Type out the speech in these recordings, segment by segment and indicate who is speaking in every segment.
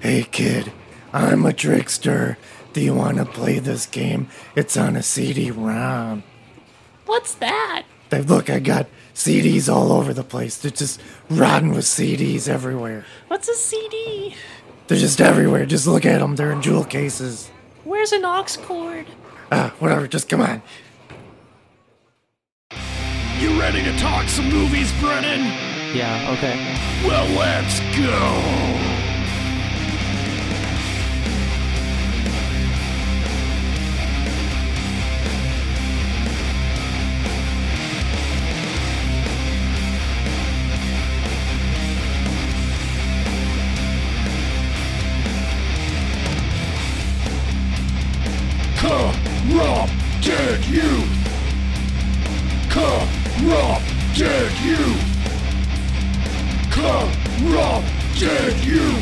Speaker 1: Hey, kid, I'm a trickster. Do you want to play this game? It's on a CD ROM.
Speaker 2: What's that?
Speaker 1: They- Look, I got CDs all over the place. They're just rotten with CDs everywhere.
Speaker 2: What's a CD?
Speaker 1: They're just everywhere. Just look at them. They're in jewel cases.
Speaker 2: Where's an aux cord?
Speaker 1: Ah, whatever. Just come on.
Speaker 3: You ready to talk some movies, Brennan?
Speaker 4: Yeah, okay.
Speaker 3: Well, let's go. Corrupted you! Corrupted you! Corrupted you!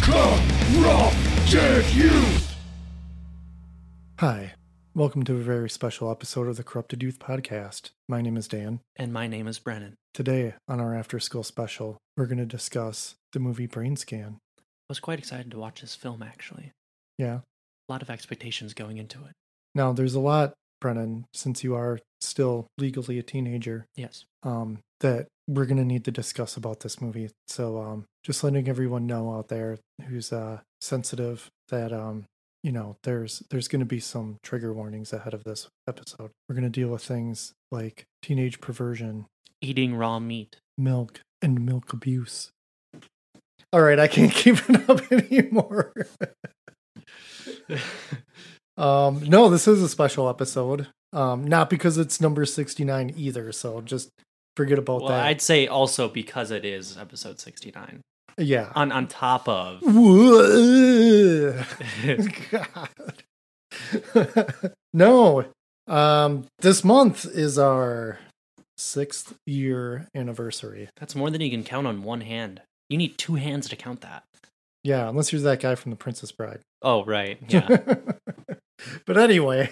Speaker 3: Corrupted you!
Speaker 1: Hi. Welcome to a very special episode of the Corrupted Youth Podcast. My name is Dan.
Speaker 4: And my name is Brennan. It
Speaker 1: Today, on our after school special, we're going to discuss the movie Brain Scan.
Speaker 4: was quite excited to watch this film, actually.
Speaker 1: Yeah.
Speaker 4: A lot of expectations going into it.
Speaker 1: Now, there's a lot, Brennan, since you are still legally a teenager,
Speaker 4: Yes.
Speaker 1: um, that we're going to need to discuss about this movie. So, um, just letting everyone know out there who's uh, sensitive that, um, you know, there's there's going to be some trigger warnings ahead of this episode. We're going to deal with things like teenage perversion,
Speaker 4: Eating raw meat.
Speaker 1: milk, and milk abuse. All right, I can't keep it up anymore. Um, no, this is a special episode. Um, not because it's number 69 either, so just forget about
Speaker 4: well,
Speaker 1: that.
Speaker 4: I'd say also because it is episode 69.
Speaker 1: yeah.
Speaker 4: On on top of.
Speaker 1: God. no. Um, this month is our sixth year anniversary.
Speaker 4: That's more than you can count on one hand. You need two hands to count that.
Speaker 1: Yeah, unless you're that guy from The Princess Bride.
Speaker 4: Oh, right. Yeah.
Speaker 1: but anyway,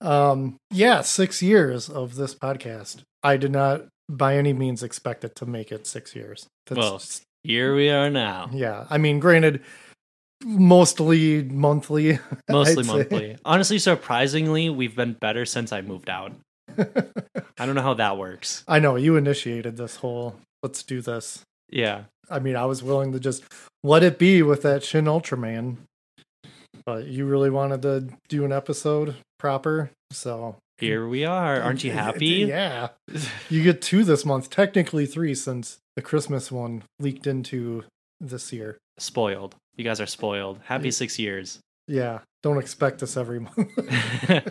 Speaker 1: um, yeah, six years of this podcast. I did not by any means expect it to make it six years.
Speaker 4: Well, Here we are now.
Speaker 1: yeah. I mean, granted, mostly monthly.
Speaker 4: Mostly
Speaker 1: I'd say.
Speaker 4: monthly. Honestly, surprisingly, we've been better since I moved out. I don't know how that works.
Speaker 1: I know you initiated this whole let's do this.
Speaker 4: Yeah.
Speaker 1: I mean, I was willing to just let it be with that Shin Ultraman. But you really wanted to do an episode proper, so
Speaker 4: Here we are. Aren't you happy?
Speaker 1: Yeah. You get two this month, technically three since the Christmas one leaked into this year.
Speaker 4: spoiled. You guys are spoiled. Happy six years.
Speaker 1: Yeah. Don't expect this every month.
Speaker 4: Mm-hmm.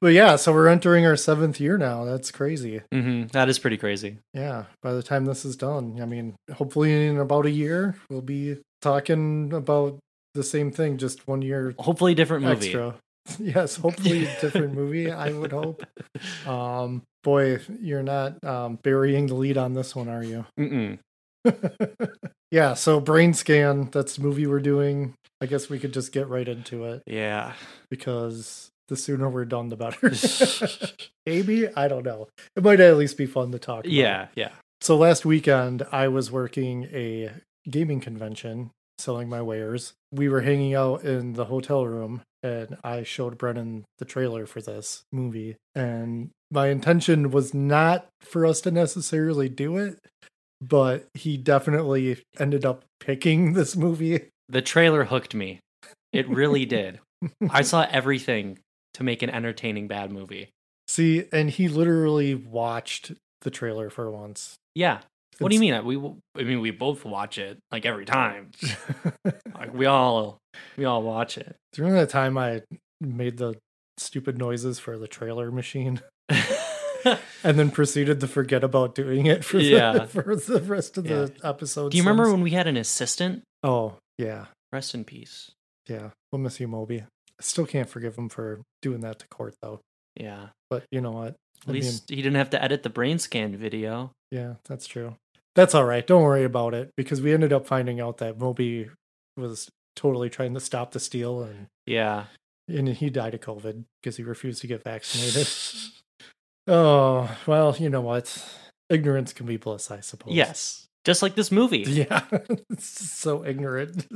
Speaker 1: but yeah, so we're entering our seventh year now. That's crazy.
Speaker 4: hmm That is pretty crazy.
Speaker 1: Yeah. By the time this is done, I mean, hopefully in about a year, we'll be talking about the same thing, just one year
Speaker 4: Hopefully, different movie.
Speaker 1: extra. Yes, hopefully a different movie, I would hope. Um boy, you're not um burying the lead on this one, are you?
Speaker 4: Mm-mm.
Speaker 1: yeah, so brain scan, that's the movie we're doing. I guess we could just get right into it
Speaker 4: Yeah.
Speaker 1: because the sooner we're done the better. Maybe, I don't know. It might at least be fun to talk about.
Speaker 4: Yeah. Yeah.
Speaker 1: So last weekend I was working a gaming convention selling my wares. We were hanging out in the hotel room and I showed Brennan the trailer for this movie and my intention was not for us to necessarily do it, but he definitely ended up picking this movie.
Speaker 4: The trailer hooked me. It really did. I saw everything to make an entertaining bad movie.
Speaker 1: See, and he literally watched the trailer for once.
Speaker 4: Yeah. What do you mean? We, I mean, we both watch it like every time.
Speaker 1: mean?
Speaker 4: Like we all, we all watch it.
Speaker 1: Do you remember that time I made the stupid noises for the trailer machine and then proceeded to forget about doing it for, the,
Speaker 4: Yeah.
Speaker 1: for the rest of the episode?
Speaker 4: do you remember
Speaker 1: since?
Speaker 4: when we had an assistant?
Speaker 1: Oh, yeah.
Speaker 4: Rest in peace.
Speaker 1: Yeah. We'll miss you, Moby. I still can't forgive him for doing that to court, though.
Speaker 4: Yeah.
Speaker 1: But you know what?
Speaker 4: At least he didn't have to edit the brain scan video.
Speaker 1: yeah, that's true. That's all right. Don't worry about it because we ended up finding out that Moby was totally trying to stop the steal and
Speaker 4: Yeah.
Speaker 1: and he died of COVID because he refused to get vaccinated. oh well, you know what? Ignorance can be bliss, I suppose.
Speaker 4: Yes. Just like this movie.
Speaker 1: Yeah, it's so ignorant.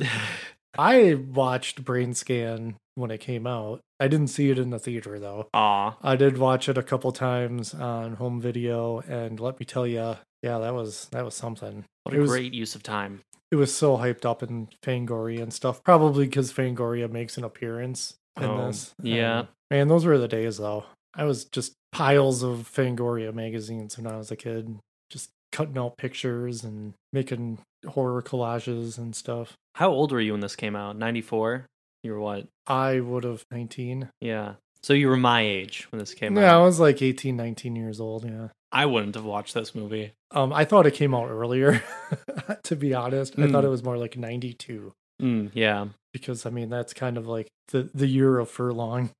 Speaker 1: I watched Brain Scan when it came out. I didn't see it in the theater though.
Speaker 4: Aw.
Speaker 1: I did watch it a couple times on home video, and let me tell you, yeah, that was that was something.
Speaker 4: What
Speaker 1: It
Speaker 4: a
Speaker 1: was-
Speaker 4: great use of time.
Speaker 1: It was so hyped up in Fangoria and stuff, probably because Fangoria makes an appearance in
Speaker 4: Oh,
Speaker 1: this.
Speaker 4: yeah.
Speaker 1: Um, man, those were the days though. I was just piles of Fangoria magazines when I was a kid, just cutting out pictures and making horror collages and stuff.
Speaker 4: How old were you when this came out? 94? You were what?
Speaker 1: I would have 19.
Speaker 4: Yeah. So you were my age when this came
Speaker 1: No, I
Speaker 4: out.
Speaker 1: was like 18, 19 years old. Yeah.
Speaker 4: I wouldn't have watched this movie.
Speaker 1: Um, I thought it came out earlier, to be honest. I thought
Speaker 4: Mm.
Speaker 1: it was more like 92
Speaker 4: Mm, yeah.
Speaker 1: because I mean, that's kind of like the, the year of furlong.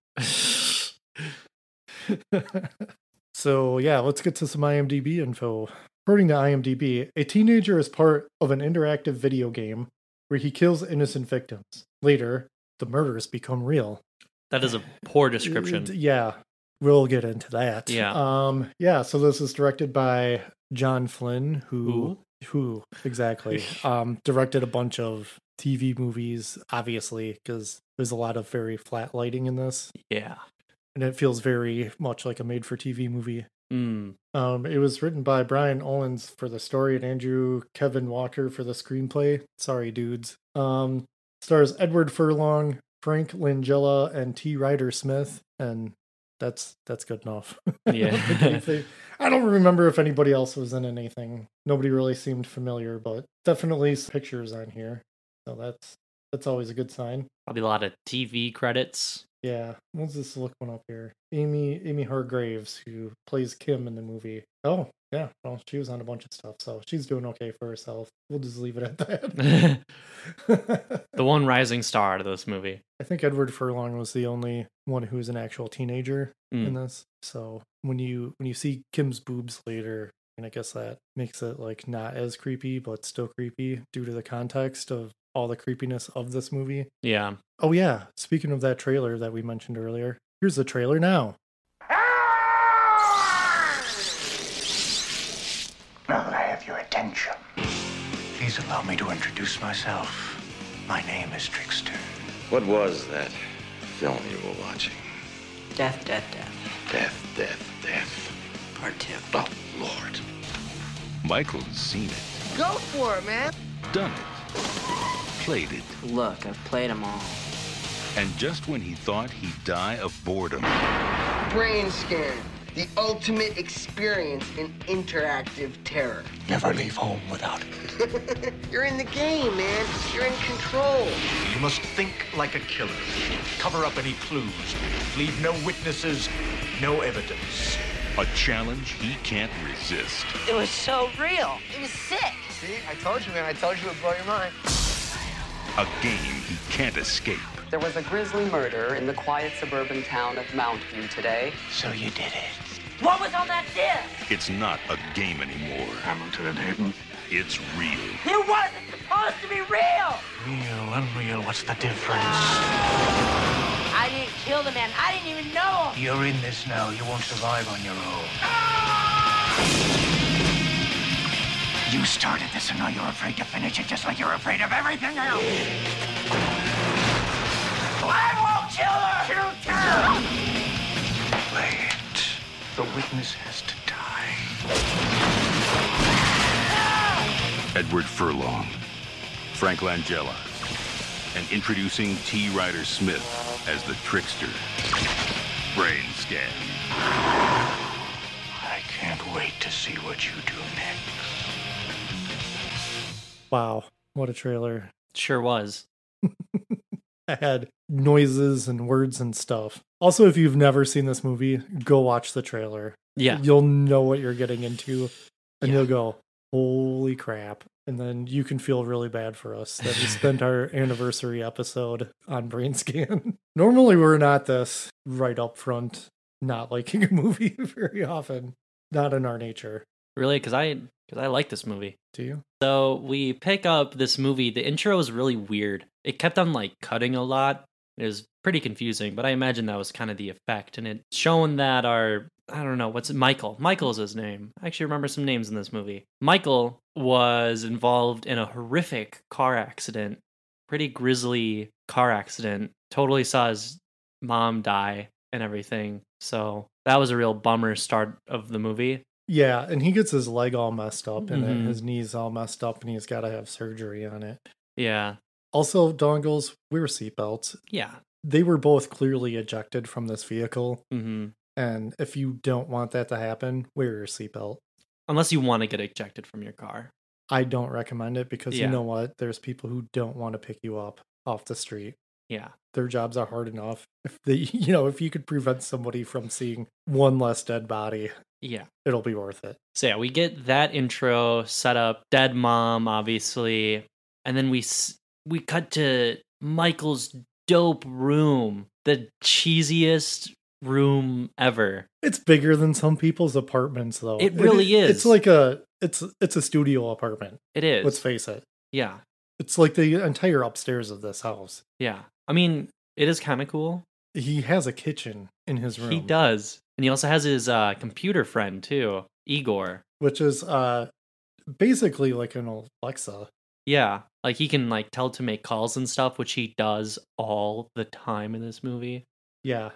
Speaker 1: so, yeah, let's get to some IMDb info. According to IMDb, a teenager is part of an interactive video game where he kills innocent victims. Later, the murders become real.
Speaker 4: That is a poor
Speaker 1: Uh,
Speaker 4: description.
Speaker 1: Yeah, we'll get into that.
Speaker 4: Yeah.
Speaker 1: Um. Yeah. So this is directed by John Flynn, who who exactly um directed a bunch of TV movies, obviously, because there's a lot of very flat lighting in this,
Speaker 4: Yeah.
Speaker 1: and it feels very much like a made-for-TV movie.
Speaker 4: Mm.
Speaker 1: Um, it was written by Brian Owens for the story and Andrew Kevin Walker for the screenplay. Sorry, dudes. Um, stars Edward Furlong, Frank Langella, and T. Ryder Smith, and that's that's good enough. I, don't think
Speaker 4: Yeah.
Speaker 1: anything- I don't remember if anybody else was in anything. Nobody really seemed familiar, but definitely some pictures on here. So that's that's always a good sign.
Speaker 4: Probably a lot of TV credits.
Speaker 1: Yeah, let's just look one up here. Amy Amy Hargraves, who plays Kim in the movie. Oh, yeah. Well, she was on a bunch of stuff, so she's doing okay for herself. We'll just leave it at
Speaker 4: the
Speaker 1: that.
Speaker 4: one rising star out of this movie.
Speaker 1: I think Edward Furlong was the only one who was an actual teenager
Speaker 4: Mm.
Speaker 1: in this. So when you when you see Kim's boobs later, and I guess that makes it like not as creepy, but still creepy due to the context of all the creepiness of this movie.
Speaker 4: Yeah.
Speaker 1: Oh yeah, speaking of that trailer that we mentioned earlier, here's the trailer now.
Speaker 5: Now that I have your attention, please allow me to introduce myself. My name is Trickster.
Speaker 6: What was that film you were watching?
Speaker 7: Death, death, death.
Speaker 6: Death, death, death.
Speaker 7: Part two.
Speaker 6: Oh, Lord.
Speaker 3: Michael's seen it,
Speaker 8: Go for it, man.
Speaker 3: done it, played it,
Speaker 7: Look, I've played them all.
Speaker 3: and just when he thought he'd die of boredom,
Speaker 8: Brain scan. The ultimate experience in interactive terror.
Speaker 5: Never leave home without it.
Speaker 8: You're in the game, man. You're in control.
Speaker 5: You must think like a killer. Cover up any clues. Leave no witnesses, no evidence.
Speaker 3: a challenge he can't resist.
Speaker 9: It was so real. It was sick.
Speaker 8: See, I told you, man. I told you it would blow your mind.
Speaker 3: A game he can't escape.
Speaker 10: There was a grisly murder in the quiet suburban town of Mountview today.
Speaker 5: So you did it.
Speaker 9: What was on that disc?
Speaker 3: It's not a game anymore.
Speaker 5: Hamilton and Hayden.
Speaker 3: It's real.
Speaker 9: It wasn't supposed to be real.
Speaker 5: Real, unreal, what's the difference?
Speaker 9: I didn't kill the man. I didn't even know him.
Speaker 5: You're in this now. You won't survive on your own. You started this, and now you're afraid to finish it just like you're afraid of everything else.
Speaker 9: I won't kill her.
Speaker 5: Wait. The witness has to die.
Speaker 3: Edward Furlong, Frank Langella, and introducing T. Ryder Smith as the trickster. Brain scan.
Speaker 5: I can't wait to see what you do next.
Speaker 1: Wow, what a trailer.
Speaker 4: Sure was.
Speaker 1: I had noises and words and stuff. Also, if you've never seen this movie, go watch the trailer.
Speaker 4: Yeah.
Speaker 1: You'll know what you're getting into and
Speaker 4: Yeah.
Speaker 1: you'll go, holy crap. And then you can feel really bad for us that we spent our anniversary episode on brain scan. Normally, we're not this right up front, not liking a movie very often. Not in our nature.
Speaker 4: Really? Because I, cause I like this movie.
Speaker 1: Do you?
Speaker 4: So we pick up this movie. The intro is really weird. It kept on like cutting a lot. It was pretty confusing, but I imagine that was kind of the effect. And it's showing that our I don't know what's Michael. Michael's his name. I actually remember some names in this movie. Michael was involved in a horrific car accident, pretty grisly car accident. Totally saw his mom die and everything. So that was a real bummer start of the movie.
Speaker 1: Yeah, and he gets his leg all messed up and
Speaker 4: Mhm.
Speaker 1: his knees all messed up, and he's got to have surgery on it.
Speaker 4: Yeah.
Speaker 1: Also, dongles wear seatbelts.
Speaker 4: Yeah.
Speaker 1: They were both clearly ejected from this vehicle,
Speaker 4: hmm
Speaker 1: and if you don't want that to happen, wear your seatbelt.
Speaker 4: Unless you want to get ejected from your car.
Speaker 1: I don't recommend it because
Speaker 4: Yeah.
Speaker 1: you know what? There's people who don't want to pick you up off the street.
Speaker 4: Yeah.
Speaker 1: Their jobs are hard enough. If they, you know, if you could prevent somebody from seeing one less dead body,
Speaker 4: Yeah.
Speaker 1: it'll be worth it.
Speaker 4: So yeah, we get that intro set up, dead mom, obviously, and then we s- we cut to Michael's dope room, the cheesiest room ever.
Speaker 1: It's bigger than some people's apartments, though.
Speaker 4: It really
Speaker 1: is.
Speaker 4: is.
Speaker 1: It's like a it's it's a studio apartment.
Speaker 4: It is.
Speaker 1: Let's face it.
Speaker 4: yeah,
Speaker 1: It's like the entire upstairs of this house.
Speaker 4: yeah. I mean, it is kind of cool.
Speaker 1: He has a kitchen in his room,
Speaker 4: He does, and he also has his uh, computer friend too, Igor.
Speaker 1: which is uh basically like an Alexa.
Speaker 4: Yeah, like he can like tell to make calls and stuff, which he does all the time in this movie.
Speaker 1: Yeah.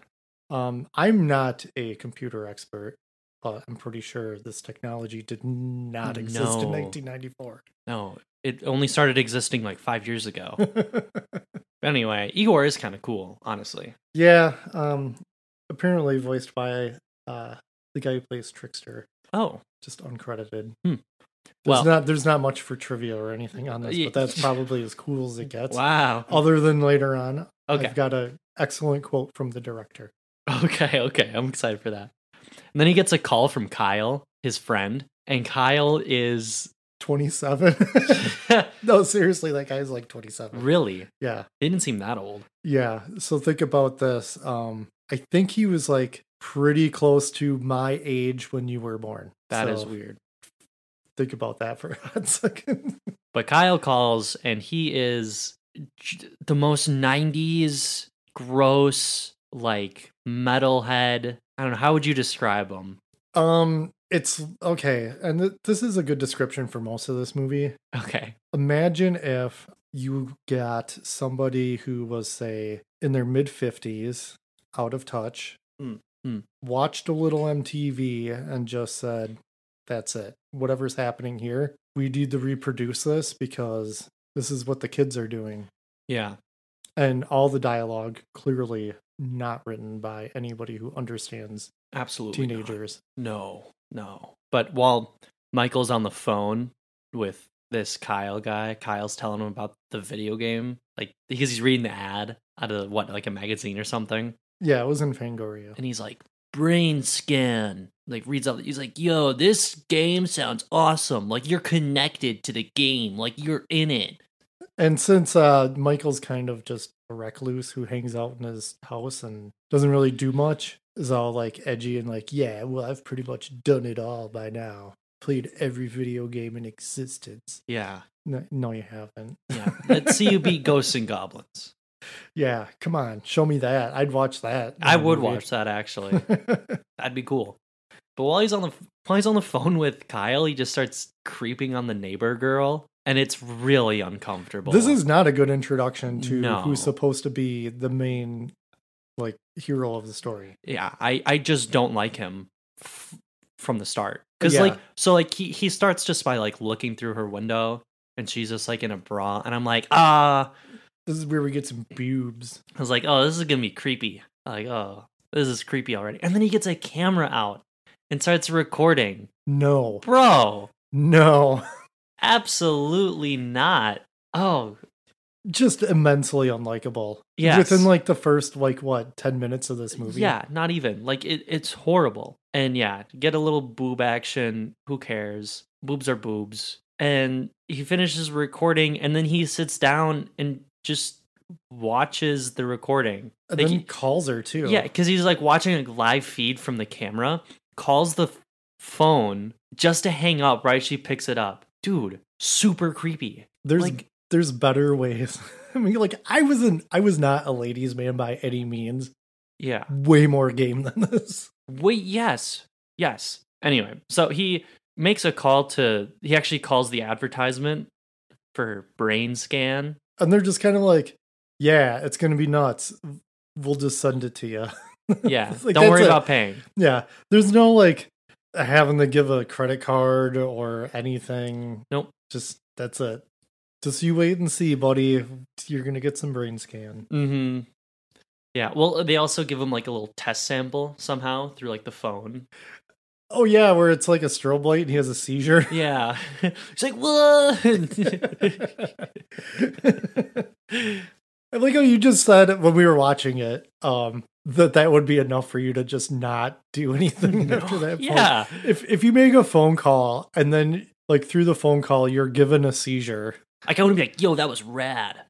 Speaker 1: Um, I'm not a computer expert, but I'm pretty sure this technology did not exist in
Speaker 4: No.
Speaker 1: 1994.
Speaker 4: No, it only started existing like five years ago. Anyway, Igor is kind of cool, honestly.
Speaker 1: yeah. Um, apparently voiced by uh, the guy who plays Trickster,
Speaker 4: Oh,
Speaker 1: just uncredited.
Speaker 4: Hmm.
Speaker 1: There's
Speaker 4: Well-
Speaker 1: not there's not much for trivia or anything on this,
Speaker 4: Ye-
Speaker 1: but that's probably as cool as it gets.
Speaker 4: wow.
Speaker 1: Other than later on,
Speaker 4: Okay,
Speaker 1: Oh, I've got an excellent quote from the director.
Speaker 4: okay, okay. I'm excited for that. And then he gets a call from Kyle, his friend, and Kyle is
Speaker 1: 27. no, seriously, that guy's like 27.
Speaker 4: really
Speaker 1: Yeah.
Speaker 4: he didn't seem that old.
Speaker 1: Yeah. So think about this. Um, I think he was like pretty close to my age when you were born.
Speaker 4: That is
Speaker 1: So
Speaker 4: weird.
Speaker 1: Think about that for a hot second.
Speaker 4: But Kyle calls, and he is j- the most '90s gross, like metalhead. I don't know how would you describe him.
Speaker 1: Um, it's okay, and th- this is a good description for most of this movie.
Speaker 4: Okay,
Speaker 1: Imagine if you got somebody who was say in their mid fifties, out of touch,
Speaker 4: Mm, mm.
Speaker 1: watched a little MTV, and just said, that's it. Whatever's happening here, we need to reproduce this because this is what the kids are doing.
Speaker 4: yeah,
Speaker 1: And all the dialogue clearly not written by anybody who understands
Speaker 4: absolutely. not.
Speaker 1: teenagers.
Speaker 4: No, no. But while Michael's on the phone with this Kyle guy, Kyle's telling him about the video game, like because he's reading the ad out of what, like a magazine or something,
Speaker 1: Yeah, it was in Fangoria.
Speaker 4: and he's like, brain scan. Like reads out, he's like, "Yo, this game sounds awesome! Like you're connected to the game, like you're in it."
Speaker 1: And since uh, Michael's kind of just a recluse who hangs out in his house and doesn't really do much, is all like edgy and like, yeah, well, I've pretty much done it all by now. Played every video game in existence.
Speaker 4: Yeah,
Speaker 1: No, no you haven't.
Speaker 4: yeah. Let's see you beat Ghosts and Goblins.
Speaker 1: Yeah, come on, show me that. I'd watch that.
Speaker 4: I would watch that actually. That'd be cool. But while he's on the while he's on the phone with Kyle, he just starts creeping on the neighbor girl, and it's really uncomfortable.
Speaker 1: this is not a good introduction to
Speaker 4: No.
Speaker 1: who's supposed to be the main like hero of the story.
Speaker 4: yeah. I I just don't like him f- from the start because
Speaker 1: Yeah.
Speaker 4: like so like he he starts just by like looking through her window, and she's just like in a bra, and I'm like ah,
Speaker 1: This is where we get some boobs.
Speaker 4: I was like oh this is gonna be creepy. Like oh this is creepy already, and then he gets a camera out and starts recording,
Speaker 1: No.
Speaker 4: bro.
Speaker 1: No.
Speaker 4: Absolutely not. Oh
Speaker 1: just immensely unlikable.
Speaker 4: Yes.
Speaker 1: Within like the first like what ten minutes of this movie.
Speaker 4: Yeah, not even. Like it, it's horrible. And yeah, get a little boob action. Who cares? Boobs are boobs. And he finishes recording, and then he sits down and just watches the recording.
Speaker 1: And
Speaker 4: Like,
Speaker 1: then calls her too.
Speaker 4: yeah, because he's like watching a live feed from the camera. Calls the f- phone just to hang up. Right, she picks it up. Dude, super creepy.
Speaker 1: There's
Speaker 4: like-
Speaker 1: there's better ways. I mean, like I wasn't I was not a ladies' man by any means.
Speaker 4: Yeah,
Speaker 1: Way more game than this.
Speaker 4: Wait, yes. Yes. Anyway, so he makes a call to he actually calls the advertisement for brain scan.
Speaker 1: And they're just kind of like, yeah, it's going to be nuts. We'll just send it to you.
Speaker 4: Yeah.
Speaker 1: It's like,
Speaker 4: Don't worry
Speaker 1: that's it.
Speaker 4: about paying.
Speaker 1: Yeah. There's no like having to give a credit card or anything.
Speaker 4: Nope.
Speaker 1: Just that's it. Just you wait and see, buddy. You're going to get some brain scan. Mm-hmm.
Speaker 4: Mhm. Yeah. Well, they also give him like a little test sample somehow through like the phone.
Speaker 1: Oh, yeah, where it's like a strobe light and he has a seizure.
Speaker 4: Yeah. He's like, "What?"
Speaker 1: I like how you just said when we were watching it um, that that would be enough for you to just not do anything after that. point.
Speaker 4: yeah.
Speaker 1: If if you make a phone call and then like through the phone call you're given a seizure,
Speaker 4: I can only be like, "Yo, that was rad."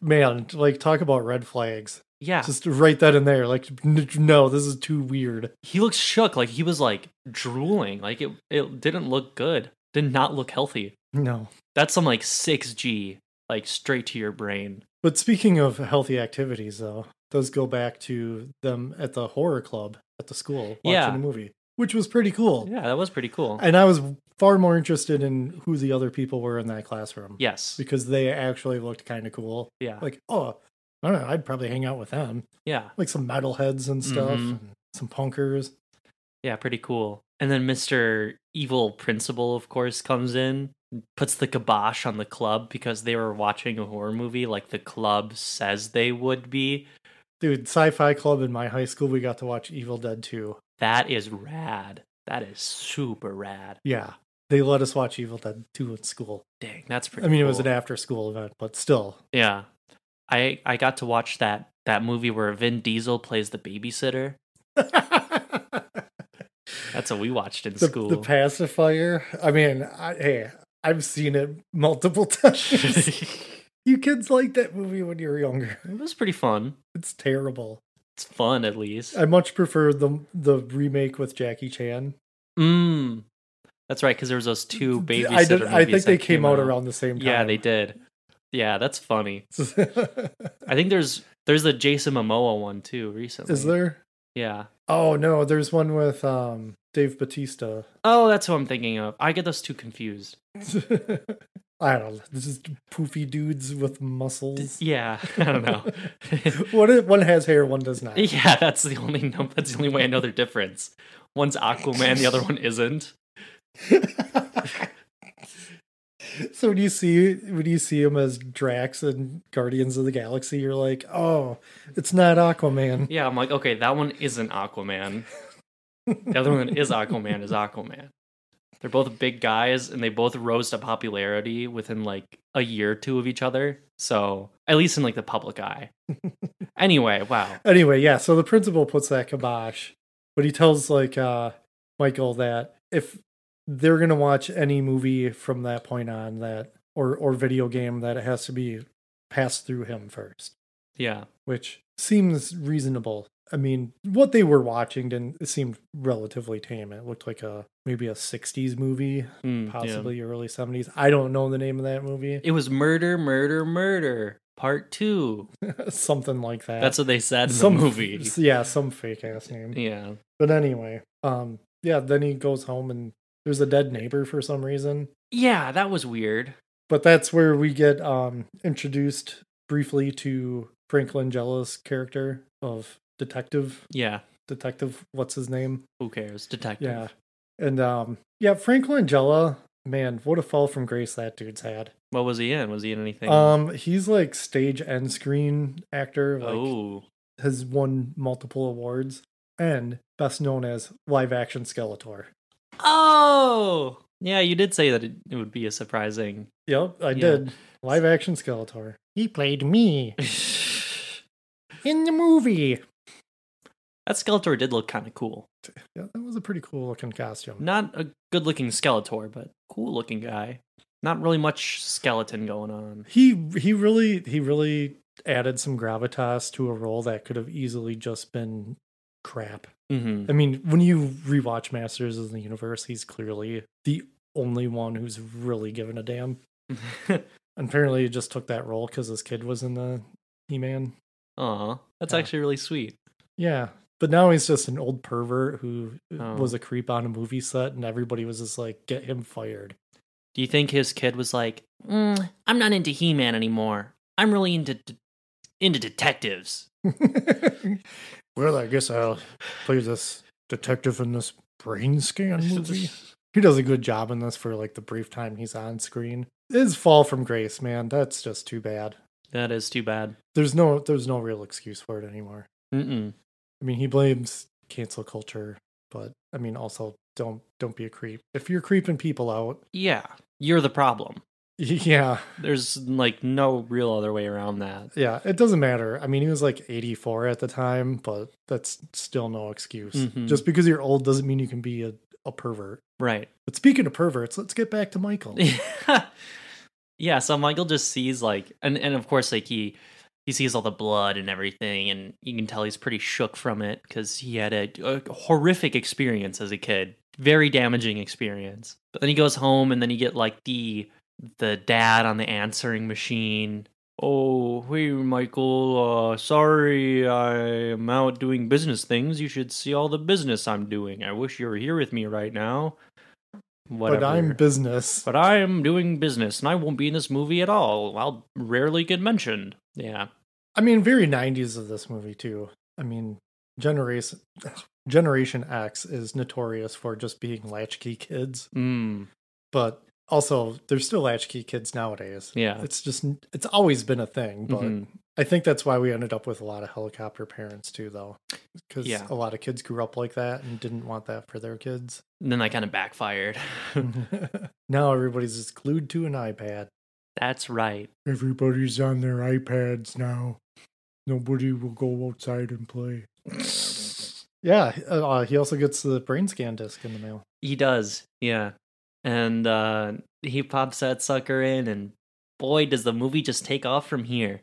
Speaker 1: man, like talk about red flags.
Speaker 4: Yeah.
Speaker 1: Just write that in there. Like, n- no, this is too weird.
Speaker 4: he looks shook like he was like drooling like it it didn't look good did not look healthy
Speaker 1: No.
Speaker 4: that's some like 6g like straight to your brain
Speaker 1: But speaking of healthy activities, though, does go back to them at the horror club at the school watching
Speaker 4: Yeah.
Speaker 1: a movie, which was pretty cool.
Speaker 4: yeah that was pretty cool
Speaker 1: And I was far more interested in who the other people were in that classroom.
Speaker 4: yes
Speaker 1: Because they actually looked kind of cool.
Speaker 4: yeah
Speaker 1: Like, oh, I don't know, I'd probably hang out with them.
Speaker 4: yeah
Speaker 1: Like some metalheads and stuff,
Speaker 4: Mhm.
Speaker 1: and some punkers.
Speaker 4: yeah pretty cool and then mr evil principal of course comes in and puts the kibosh on the club because they were watching a horror movie like the club says they would be
Speaker 1: Dude, Sci Fi Club in my high school, we got to watch Evil Dead 2.
Speaker 4: that is rad that is super rad
Speaker 1: Yeah. They let us watch Evil Dead 2 in school.
Speaker 4: dang that's pretty
Speaker 1: I mean, it was
Speaker 4: cool.
Speaker 1: an after school event, but still.
Speaker 4: Yeah. I I got to watch that that movie where Vin Diesel plays the babysitter. That's what we watched in
Speaker 1: the,
Speaker 4: school.
Speaker 1: the pacifier. I mean, I, hey, I've seen it multiple times.
Speaker 4: it
Speaker 1: you kids like that movie when you're younger.
Speaker 4: was pretty fun.
Speaker 1: It's terrible.
Speaker 4: It's fun at least.
Speaker 1: I much prefer the the remake with Jackie Chan.
Speaker 4: Mm. That's right cuz there was those two babysitter
Speaker 1: I, did- I think
Speaker 4: movies
Speaker 1: they
Speaker 4: that
Speaker 1: came out around the same time.
Speaker 4: Yeah, they did. Yeah, that's funny. I think there's there's the Jason Momoa one too recently.
Speaker 1: Is there?
Speaker 4: Yeah.
Speaker 1: Oh no, there's one with um Dave Batista.
Speaker 4: Oh, that's who I'm thinking of. I get those two confused.
Speaker 1: I don't know. This is poofy dudes with muscles.
Speaker 4: Yeah, I don't know.
Speaker 1: One one has hair, one does not.
Speaker 4: Yeah, that's the only no, that's the only way I know their difference. One's Aquaman, the other one isn't.
Speaker 1: so when you see when you see him as Drax and Guardians of the Galaxy, you're like, oh, it's not Aquaman.
Speaker 4: Yeah, I'm like, okay, that one isn't Aquaman. The other one that is Aquaman is Aquaman. They're both big guys and they both rose to popularity within like a year or two of each other. So at least in like the public eye. anyway, wow.
Speaker 1: Anyway, yeah. So the principal puts that kibosh, but he tells like uh, Michael that if they're gonna watch any movie from that point on, that or or video game, that it has to be passed through him first.
Speaker 4: Yeah.
Speaker 1: which seems reasonable. I mean, what they were watching didn't it seemed relatively tame. It looked like a maybe a '60s movie,
Speaker 4: Mm, yeah.
Speaker 1: possibly early '70s. I don't know the name of that movie,
Speaker 4: It was murder, murder, murder, part two.
Speaker 1: something like that.
Speaker 4: That's what they said in
Speaker 1: some
Speaker 4: the movie.
Speaker 1: yeah, some fake ass name.
Speaker 4: Yeah.
Speaker 1: But anyway, um, yeah. Then he goes home and there's a dead neighbor for some reason.
Speaker 4: Yeah, that was weird.
Speaker 1: But that's where we get um introduced briefly to Frank Langella's character of detective
Speaker 4: Yeah.
Speaker 1: detective. What's his name?
Speaker 4: Who cares? Detective.
Speaker 1: Yeah. And um yeah, Frank Langella, man, what a fall from grace that dude's had.
Speaker 4: What was he in? Was he in anything?
Speaker 1: Um he's like stage and screen actor, like
Speaker 4: oh,
Speaker 1: has won multiple awards and best known as live action Skeletor.
Speaker 4: oh, yeah. You did say that it, it would be a surprising.
Speaker 1: Yep, I
Speaker 4: Yeah.
Speaker 1: did. Live action Skeletor. He played me in the movie.
Speaker 4: that Skeletor did look kind of cool.
Speaker 1: Yeah, that was a pretty cool looking costume.
Speaker 4: Not a good-looking Skeletor, but cool-looking guy. Not really much skeleton going on.
Speaker 1: He he really he really added some gravitas to a role that could have easily just been crap.
Speaker 4: hmm
Speaker 1: I mean, when you rewatch Masters of the Universe, he's clearly the only one who's really given a damn. And apparently, he just took that role because his kid was in the He Man.
Speaker 4: Aw, that's
Speaker 1: Yeah.
Speaker 4: actually really sweet.
Speaker 1: Yeah, But now he's just an old pervert who uh,
Speaker 4: Oh.
Speaker 1: was a creep on a movie set, and everybody was just like, "Get him fired."
Speaker 4: Do you think his kid was like, "Mm, I'm not into He Man anymore. I'm really into de- into detectives.
Speaker 1: well, I guess I'll play this detective in this brain scan movie. he does a good job in this for like the brief time he's on screen. His fall from grace, man, that's just too bad.
Speaker 4: That is too bad.
Speaker 1: There's no there's no real excuse for it anymore.
Speaker 4: Mm-mm.
Speaker 1: I mean, he blames cancel culture, but I mean, also don't don't be a creep. If you're creeping people out,
Speaker 4: Yeah, you're the problem.
Speaker 1: yeah,
Speaker 4: There's like no real other way around that.
Speaker 1: yeah, it doesn't matter. I mean, he was like 84 at the time, but that's still no excuse.
Speaker 4: Mhm.
Speaker 1: Just because you're old doesn't mean you can be a, a pervert.
Speaker 4: Right.
Speaker 1: But speaking of perverts, let's get back to Michael.
Speaker 4: yeah, so Michael just sees like and and of course like he he sees all the blood and everything and you can tell he's pretty shook from it cuz he had a, a horrific experience as a kid. Very damaging experience. But then he goes home and then you get like the the dad on the answering machine. Oh, hey Michael, uh sorry I am out doing business things. You should see all the business I'm doing. I wish you were here with me right now.
Speaker 1: but I'm
Speaker 4: Whatever.
Speaker 1: business.
Speaker 4: But I am doing business and I won't be in this movie at all. I'll rarely get mentioned. Yeah.
Speaker 1: I mean, very 90s of this movie, too. I mean, generation, generation X is notorious for just being latchkey kids.
Speaker 4: Mm.
Speaker 1: but also there's still latchkey kids nowadays.
Speaker 4: Yeah.
Speaker 1: It's just it's always been a thing, but
Speaker 4: Mhm.
Speaker 1: I think that's why we ended up with a lot of helicopter parents too though. Cuz
Speaker 4: Yeah.
Speaker 1: a lot of kids grew up like that and didn't want that for their kids.
Speaker 4: And then that kind of backfired. Mm-hmm.
Speaker 1: now everybody's just glued to an iPad.
Speaker 4: That's right.
Speaker 1: Everybody's on their iPads now. Nobody will go outside and play. Yeah, uh, he also gets the brain scan disc in the mail.
Speaker 4: He does. Yeah. And uh, he pops that sucker in, and boy, does the movie just take off from here.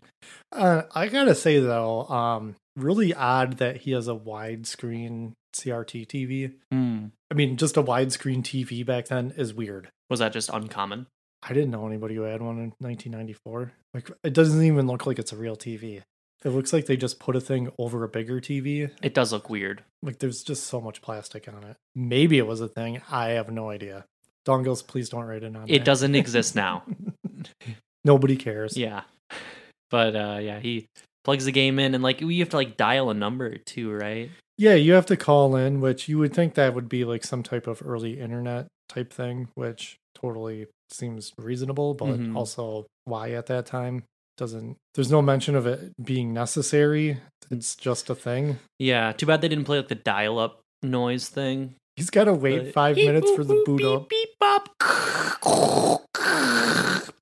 Speaker 1: Uh, I gotta say though, um, really odd that he has a widescreen CRT TV.
Speaker 4: Mm.
Speaker 1: I mean, just a widescreen TV back then is weird.
Speaker 4: Was that just uncommon?
Speaker 1: I didn't know anybody who had one in 1994. Like, it doesn't even look like it's a real TV. It looks like they just put a thing over a bigger TV.
Speaker 4: It does look weird.
Speaker 1: Like, there's just so much plastic on it. Maybe it was a thing. I have no idea. Dongles, please don't write it on.
Speaker 4: It
Speaker 1: that.
Speaker 4: doesn't exist now.
Speaker 1: Nobody cares.
Speaker 4: Yeah. But uh, yeah, he plugs the game in, and like you have to like dial a number too, right?
Speaker 1: Yeah, you have to call in, which you would think that would be like some type of early internet type thing, which totally seems reasonable, but
Speaker 4: Mhm.
Speaker 1: also why at that time doesn't there's no mention of it being necessary.
Speaker 4: Mm.
Speaker 1: It's just a thing.
Speaker 4: Yeah. Too bad they didn't play like the dial up noise thing.
Speaker 1: He's gotta wait
Speaker 4: Uh,
Speaker 1: five
Speaker 2: Beep,
Speaker 1: minutes
Speaker 2: boop,
Speaker 1: for the
Speaker 2: boop,
Speaker 1: boot up.
Speaker 2: Beep, beep, bop.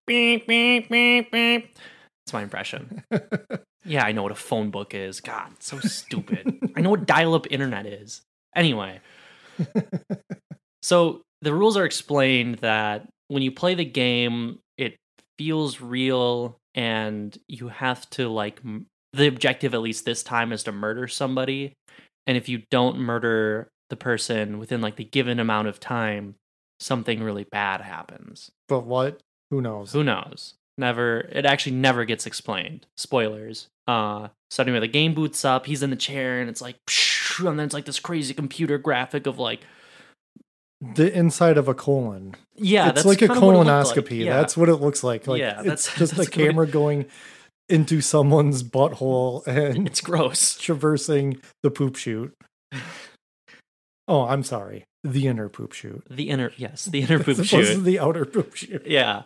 Speaker 2: beep, beep, beep, beep.
Speaker 4: That's my impression. yeah, I know what a phone book is. God, it's so stupid. I know what dial up internet is. Anyway, so the rules are explained that when you play the game, it feels real and you have to, like, m- the objective, at least this time, is to murder somebody. And if you don't murder the person within, like, the given amount of time, something really bad happens.
Speaker 1: But what? Who knows?
Speaker 4: Who knows? Never. It actually never gets explained. Spoilers. Uh. So anyway, the game boots up. He's in the chair, and it's like, pshh, and then it's like this crazy computer graphic of like,
Speaker 1: The inside of a colon.
Speaker 4: yeah,
Speaker 1: it's
Speaker 4: that's
Speaker 1: like a
Speaker 4: kinda what it looked
Speaker 1: colonoscopy.
Speaker 4: like. Yeah.
Speaker 1: That's what it looks like. Like
Speaker 4: Yeah,
Speaker 1: it's just
Speaker 4: that's- that's
Speaker 1: a
Speaker 4: what it-
Speaker 1: camera going into someone's butthole and
Speaker 4: it's gross.
Speaker 1: traversing the poop chute. Oh, I'm sorry. The inner poop chute.
Speaker 4: The inner, yes, the inner
Speaker 1: As
Speaker 4: poop
Speaker 1: opposed to
Speaker 4: shoot.
Speaker 1: the outer poop chute.
Speaker 4: Yeah,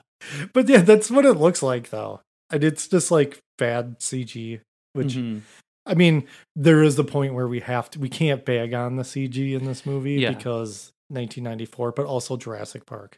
Speaker 1: But yeah, that's what it looks like though. And it's just like bad CG, which
Speaker 4: Mhm.
Speaker 1: I mean, there is the point where we have to we can't bag on the CG in this movie
Speaker 4: Yeah.
Speaker 1: because 1994, but also Jurassic Park.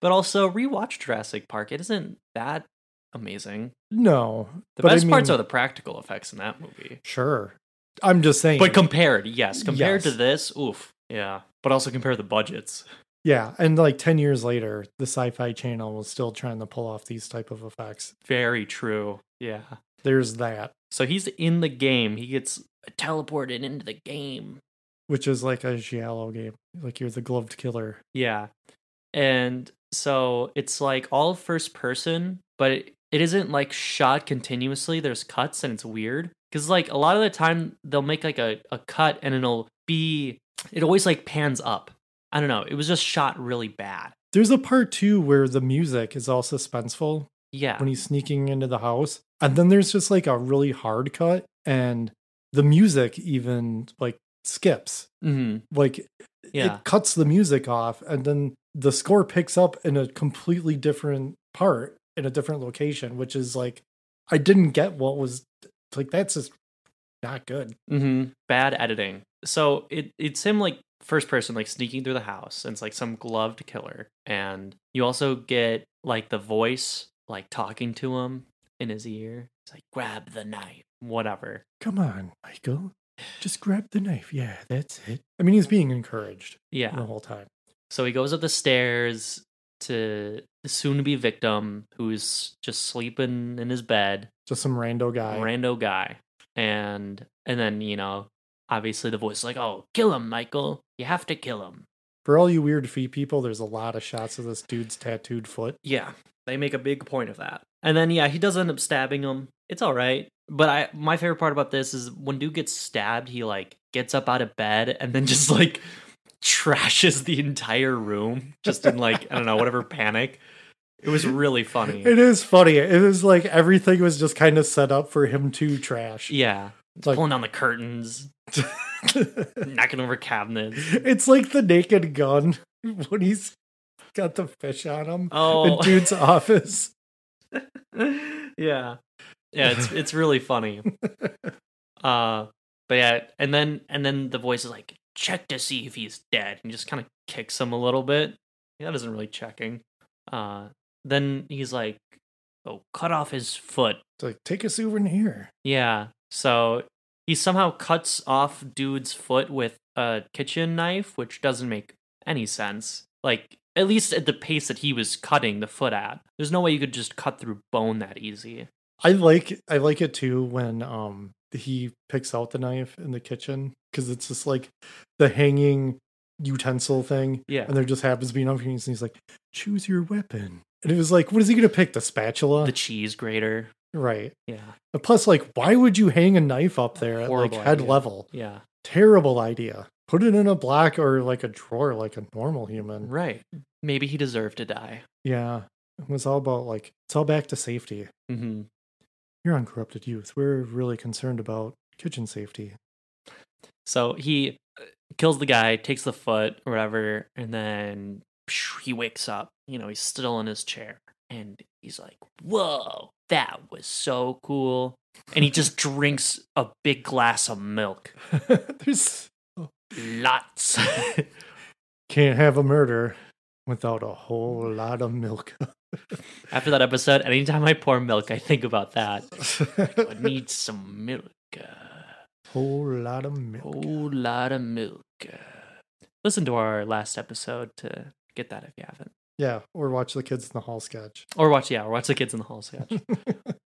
Speaker 4: but also rewatch Jurassic Park. It isn't that amazing.
Speaker 1: No.
Speaker 4: The
Speaker 1: but I
Speaker 4: best parts
Speaker 1: mean,
Speaker 4: are the practical effects in that movie.
Speaker 1: Sure. I'm just saying.
Speaker 4: But compared, yes, compared
Speaker 1: Yes.
Speaker 4: to this, oof, yeah. But also compare the budgets.
Speaker 1: yeah, and like 10 years later, the Sci-Fi Channel was still trying to pull off these type of effects.
Speaker 4: Very true. Yeah.
Speaker 1: There's that.
Speaker 4: So he's in the game. He gets teleported into the game.
Speaker 1: which is like a giallo game like you're the gloved killer
Speaker 4: Yeah. And so it's like all first person, but it, it isn't like shot continuously. There's cuts and it's weird Because like a lot of the time they'll make like a, a cut and it'll be it always like pans up. I don't know. It was just shot really bad.
Speaker 1: There's a part too where the music is all suspenseful
Speaker 4: Yeah.
Speaker 1: when he's sneaking into the house. And then there's just like a really hard cut and the music even like skips.
Speaker 4: hmm
Speaker 1: Like
Speaker 4: Yeah.
Speaker 1: it cuts the music off and then the score picks up in a completely different part in a different location, which is like I didn't get what was like that's just not good.
Speaker 4: hmm Bad editing. So it it's him like first person like sneaking through the house and it's like some gloved killer and you also get like the voice like talking to him in his ear. It's like grab the knife, whatever.
Speaker 1: Come on, Michael. Just grab the knife. Yeah, that's it. I mean he's being encouraged
Speaker 4: Yeah.
Speaker 1: the whole time.
Speaker 4: So he goes up the stairs to the soon to be victim who's just sleeping in his bed,
Speaker 1: Just some rando guy.
Speaker 4: rando guy. And and then, you know, obviously the voice is like, "Oh, kill him, Michael. You have to kill him."
Speaker 1: For all you weird feet people, there's a lot of shots of this dude's tattooed foot.
Speaker 4: Yeah. They make a big point of that. And then yeah, he does end up stabbing him. It's all right. But I my favorite part about this is when dude gets stabbed, he like gets up out of bed and then just like trashes the entire room just in like, I don't know, whatever panic. It was really funny.
Speaker 1: It is funny. It is like everything was just kind of set up for him to trash.
Speaker 4: Yeah.
Speaker 1: It's like-
Speaker 4: Pulling down the curtains, knocking over cabinets.
Speaker 1: It's like the naked gun when he's got the fish on him in
Speaker 4: Oh,
Speaker 1: dude's office.
Speaker 4: yeah. Yeah, it's it's really funny. Uh but yeah, and then and then the voice is like, check to see if he's dead, and just kind of kicks him a little bit. That isn't really checking. Uh then he's like, Oh, cut off his foot.
Speaker 1: It's like, take a souvenir.
Speaker 4: Yeah. So he somehow cuts off dude's foot with a kitchen knife, which doesn't make any sense. Like, at least at the pace that he was cutting the foot at. There's no way you could just cut through bone that easy.
Speaker 1: I like I like it too when um he picks out the knife in the kitchen because it's just like the hanging utensil thing.
Speaker 4: Yeah.
Speaker 1: And there just happens to be an opportunity and he's like, choose your weapon. And it was like, what is he gonna pick? The spatula?
Speaker 4: The cheese grater.
Speaker 1: right.
Speaker 4: Yeah.
Speaker 1: And plus, like, why would you hang a knife up there at like
Speaker 4: Horrible
Speaker 1: head
Speaker 4: idea.
Speaker 1: level?
Speaker 4: Yeah.
Speaker 1: Terrible idea. Put it in a block or like a drawer like a normal human.
Speaker 4: Right. Maybe he deserved to die.
Speaker 1: Yeah. It was all about like it's all back to safety.
Speaker 4: hmm
Speaker 1: You're on corrupted youth. We're really concerned about kitchen safety.
Speaker 4: So he uh, kills the guy, takes the foot or whatever, and then psh, he wakes up. You know, he's still in his chair and he's like, whoa, that was so cool. And he just drinks a big glass of milk.
Speaker 1: There's
Speaker 4: Lots.
Speaker 1: can't have a murder without a whole lot of milk.
Speaker 4: After that episode, anytime I pour milk, I think about that. I need some milk. uh,
Speaker 1: whole lot of milk.
Speaker 4: Whole lot of milk. uh. Listen to our last episode to get that if you haven't.
Speaker 1: Yeah, or watch the kids in the hall sketch.
Speaker 4: Or watch, yeah, or watch the kids in the hall sketch.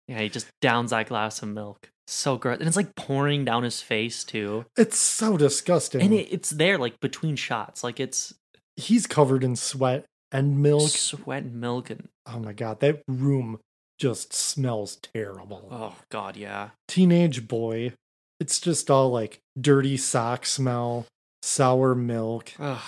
Speaker 4: yeah, he just downs that glass of milk. So gross. And it's like pouring down his face too.
Speaker 1: It's so disgusting.
Speaker 4: And it, it's there like between shots. Like it's
Speaker 1: He's covered in sweat and milk.
Speaker 4: sweat and milk and
Speaker 1: Oh my god, that room just smells terrible.
Speaker 4: oh god, yeah.
Speaker 1: Teenage boy. It's just all like dirty sock smell, sour milk.
Speaker 4: Ugh.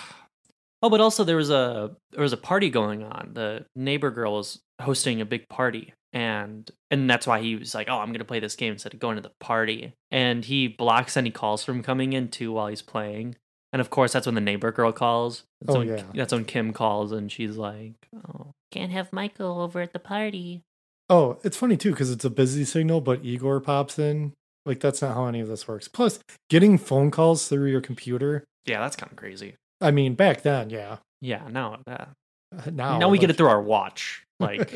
Speaker 4: Oh, but also there was a there was a party going on. The neighbor girl was hosting a big party, and and that's why he was like, "Oh, I'm gonna play this game instead of going to the party." And he blocks any calls from coming in too while he's playing. And of course, that's when the neighbor girl calls. That's
Speaker 1: Oh,
Speaker 4: when,
Speaker 1: yeah.
Speaker 4: That's when Kim calls, and she's like, "Oh,
Speaker 2: Can't have Michael over at the party.
Speaker 1: Oh, it's funny too because it's a busy signal, but Igor pops in. Like that's not how any of this works. Plus, getting phone calls through your computer.
Speaker 4: yeah, that's kind of crazy."
Speaker 1: I mean, back then, yeah.
Speaker 4: Yeah, now that
Speaker 1: Now,
Speaker 4: now we get
Speaker 1: like-
Speaker 4: it through our watch. Like,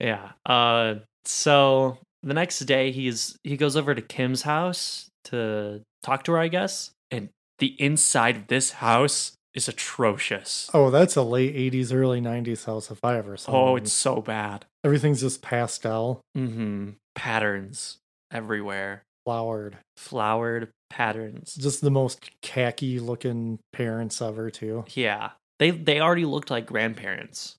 Speaker 4: yeah. Uh, so the next day, he's he goes over to Kim's house to talk to her, I guess. And the inside of this house is atrocious.
Speaker 1: Oh, that's a late '80s, early '90s house if I ever saw.
Speaker 4: Oh,
Speaker 1: one.
Speaker 4: it's so bad.
Speaker 1: everything's just pastel,
Speaker 4: Mm-hmm. Patterns everywhere,
Speaker 1: flowered.
Speaker 4: flowered patterns.
Speaker 1: Just the most khaki-looking parents ever, too.
Speaker 4: Yeah, they they already looked like grandparents,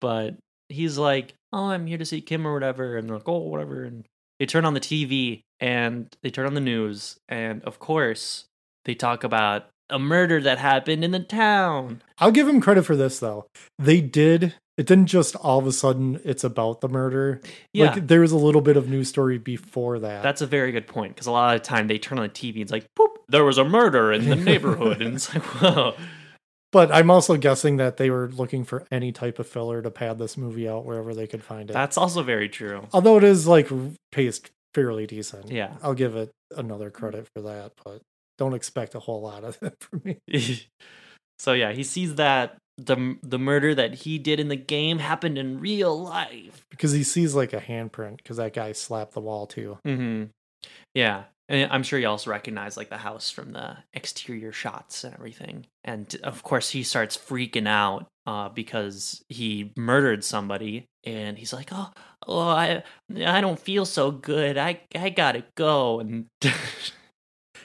Speaker 4: but he's like, "Oh, I'm here to see Kim or whatever," and they're like, "Oh, whatever." And they turn on the TV and they turn on the news, and of course, they talk about a murder that happened in the town.
Speaker 1: I'll give him credit for this though. They did. It didn't just all of a sudden it's about the murder.
Speaker 4: Yeah,
Speaker 1: Like there was a little bit of news story before that.
Speaker 4: that's a very good point because a lot of the time they turn on the TV and it's like, "Poop, there was a murder in the neighborhood," and it's like, "Whoa."
Speaker 1: but I'm also guessing that they were looking for any type of filler to pad this movie out wherever they could find it.
Speaker 4: That's also very true.
Speaker 1: Although it is like paced fairly decent.
Speaker 4: Yeah.
Speaker 1: I'll give it another credit for that, but don't expect a whole lot of it from me.
Speaker 4: so yeah, he sees that the the murder that he did in the game happened in real life.
Speaker 1: Because he sees like a handprint because that guy slapped the wall too.
Speaker 4: Mm-hmm. Yeah, and I'm sure you also recognize like the house from the exterior shots and everything. And of course, he starts freaking out uh, because he murdered somebody, and he's like, "Oh, oh, I I don't feel so good. I I gotta go." And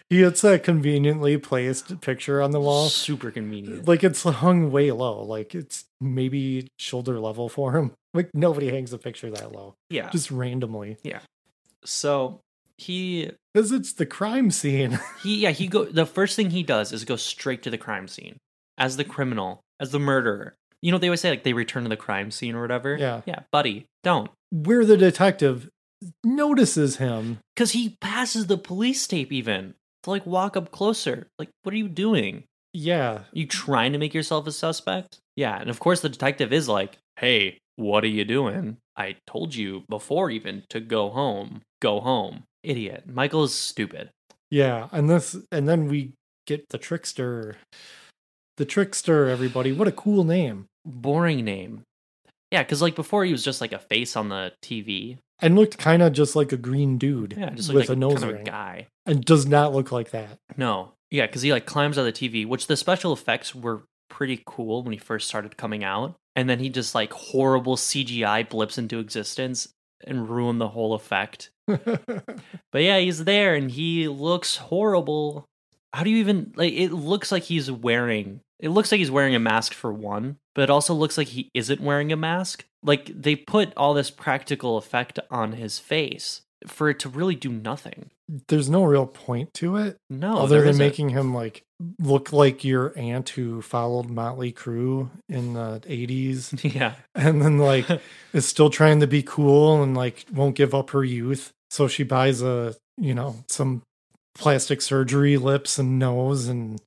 Speaker 1: He hits that conveniently placed picture on the wall.
Speaker 4: super convenient.
Speaker 1: Like it's hung way low. Like it's maybe shoulder level for him. Like nobody hangs a picture that low.
Speaker 4: yeah.
Speaker 1: Just randomly.
Speaker 4: So he
Speaker 1: Because it's the crime scene.
Speaker 4: He yeah, he go the first thing he does is go straight to the crime scene as the criminal, as the murderer. You know, they always say like they return to the crime scene or whatever.
Speaker 1: Yeah.
Speaker 4: Yeah, buddy, don't.
Speaker 1: Where the detective notices him.
Speaker 4: Cuz he passes the police tape even to like walk up closer. Like what are you doing?
Speaker 1: Yeah.
Speaker 4: You trying to make yourself a suspect? Yeah, and of course the detective is like, "Hey, what are you doing? I told you before even to go home. Go home." Idiot. Michael is stupid.
Speaker 1: Yeah. And this and then we get the trickster. The trickster, everybody. What a cool name.
Speaker 4: boring name. Yeah, because like before he was just like a face on the TV.
Speaker 1: And looked kind of just like a green dude
Speaker 4: Yeah, just
Speaker 1: with
Speaker 4: looked like
Speaker 1: a nose
Speaker 4: kind of
Speaker 1: ring.
Speaker 4: a guy.
Speaker 1: And does not look like that.
Speaker 4: No, yeah, because he like climbs out of the TV, which the special effects were pretty cool when he first started coming out, and then he just like horrible CGI blips into existence and ruined the whole effect. But yeah, he's there and he looks horrible. How do you even like? It looks like he's wearing. It looks like he's wearing a mask for one, but it also looks like he isn't wearing a mask. Like they put all this practical effect on his face for it to really do nothing.
Speaker 1: There's no real point to it.
Speaker 4: No,
Speaker 1: other
Speaker 4: Oh, there
Speaker 1: than
Speaker 4: isn't.
Speaker 1: making him like look like your aunt who followed Motley Crue in the 80s
Speaker 4: yeah,
Speaker 1: and then like is still trying to be cool and like won't give up her youth. So she buys a, you know, some plastic surgery lips and nose and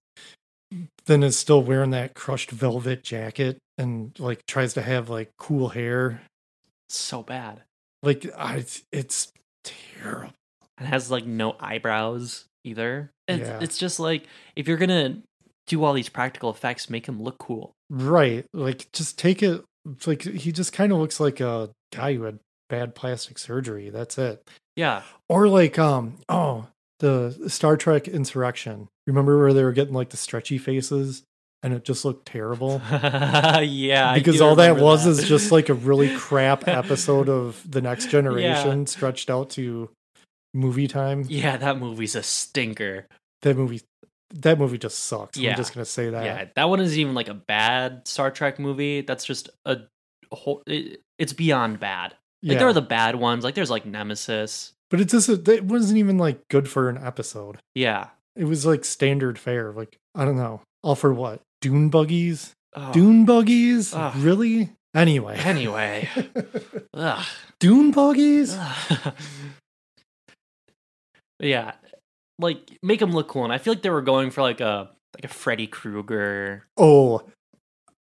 Speaker 1: then is still wearing that crushed velvet jacket and like tries to have like cool hair.
Speaker 4: so bad.
Speaker 1: Like I, it's- it's terrible.
Speaker 4: and has like no eyebrows either. It's,
Speaker 1: Yeah.
Speaker 4: it's just like if you're gonna do all these practical effects, make him look cool.
Speaker 1: Right. Like just take it it's like he just kind of looks like a guy who had bad plastic surgery. That's it.
Speaker 4: Yeah,
Speaker 1: Or like um oh, the Star Trek Insurrection. Remember where they were getting like the stretchy faces and it just looked terrible?
Speaker 4: yeah. I
Speaker 1: Oh. because
Speaker 4: do
Speaker 1: all that
Speaker 4: remember
Speaker 1: was is just like a really crap episode of The Next Generation
Speaker 4: Yeah.
Speaker 1: stretched out to movie time.
Speaker 4: Yeah, that movie's a stinker.
Speaker 1: That movie that movie just sucks.
Speaker 4: Yeah.
Speaker 1: I'm just going to say that.
Speaker 4: yeah, that one isn't even like a bad Star Trek movie. That's just a whole. It, it's beyond bad. Like there
Speaker 1: Yeah.
Speaker 4: are the bad ones. Like there's like Nemesis.
Speaker 1: but it just it wasn't even like good for an episode.
Speaker 4: Yeah.
Speaker 1: It was like standard fare. Like I don't know, all for what? Dune buggies?
Speaker 4: Oh,
Speaker 1: Dune buggies?
Speaker 4: Ugh.
Speaker 1: Really? Anyway,
Speaker 4: Anyway. Ugh.
Speaker 1: Dune buggies?
Speaker 4: yeah, like make him look cool, and I feel like they were going for like a like a Freddy Krueger.
Speaker 1: Oh,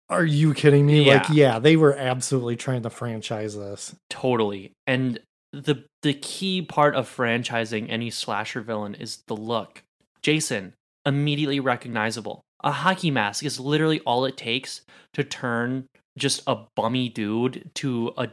Speaker 1: are you kidding me? Like,
Speaker 4: Yeah.
Speaker 1: yeah, they were absolutely trying to franchise this.
Speaker 4: Totally. And the the key part of franchising any slasher villain is the look. Jason, immediately recognizable. A hockey mask is literally all it takes to turn just a bummy dude to a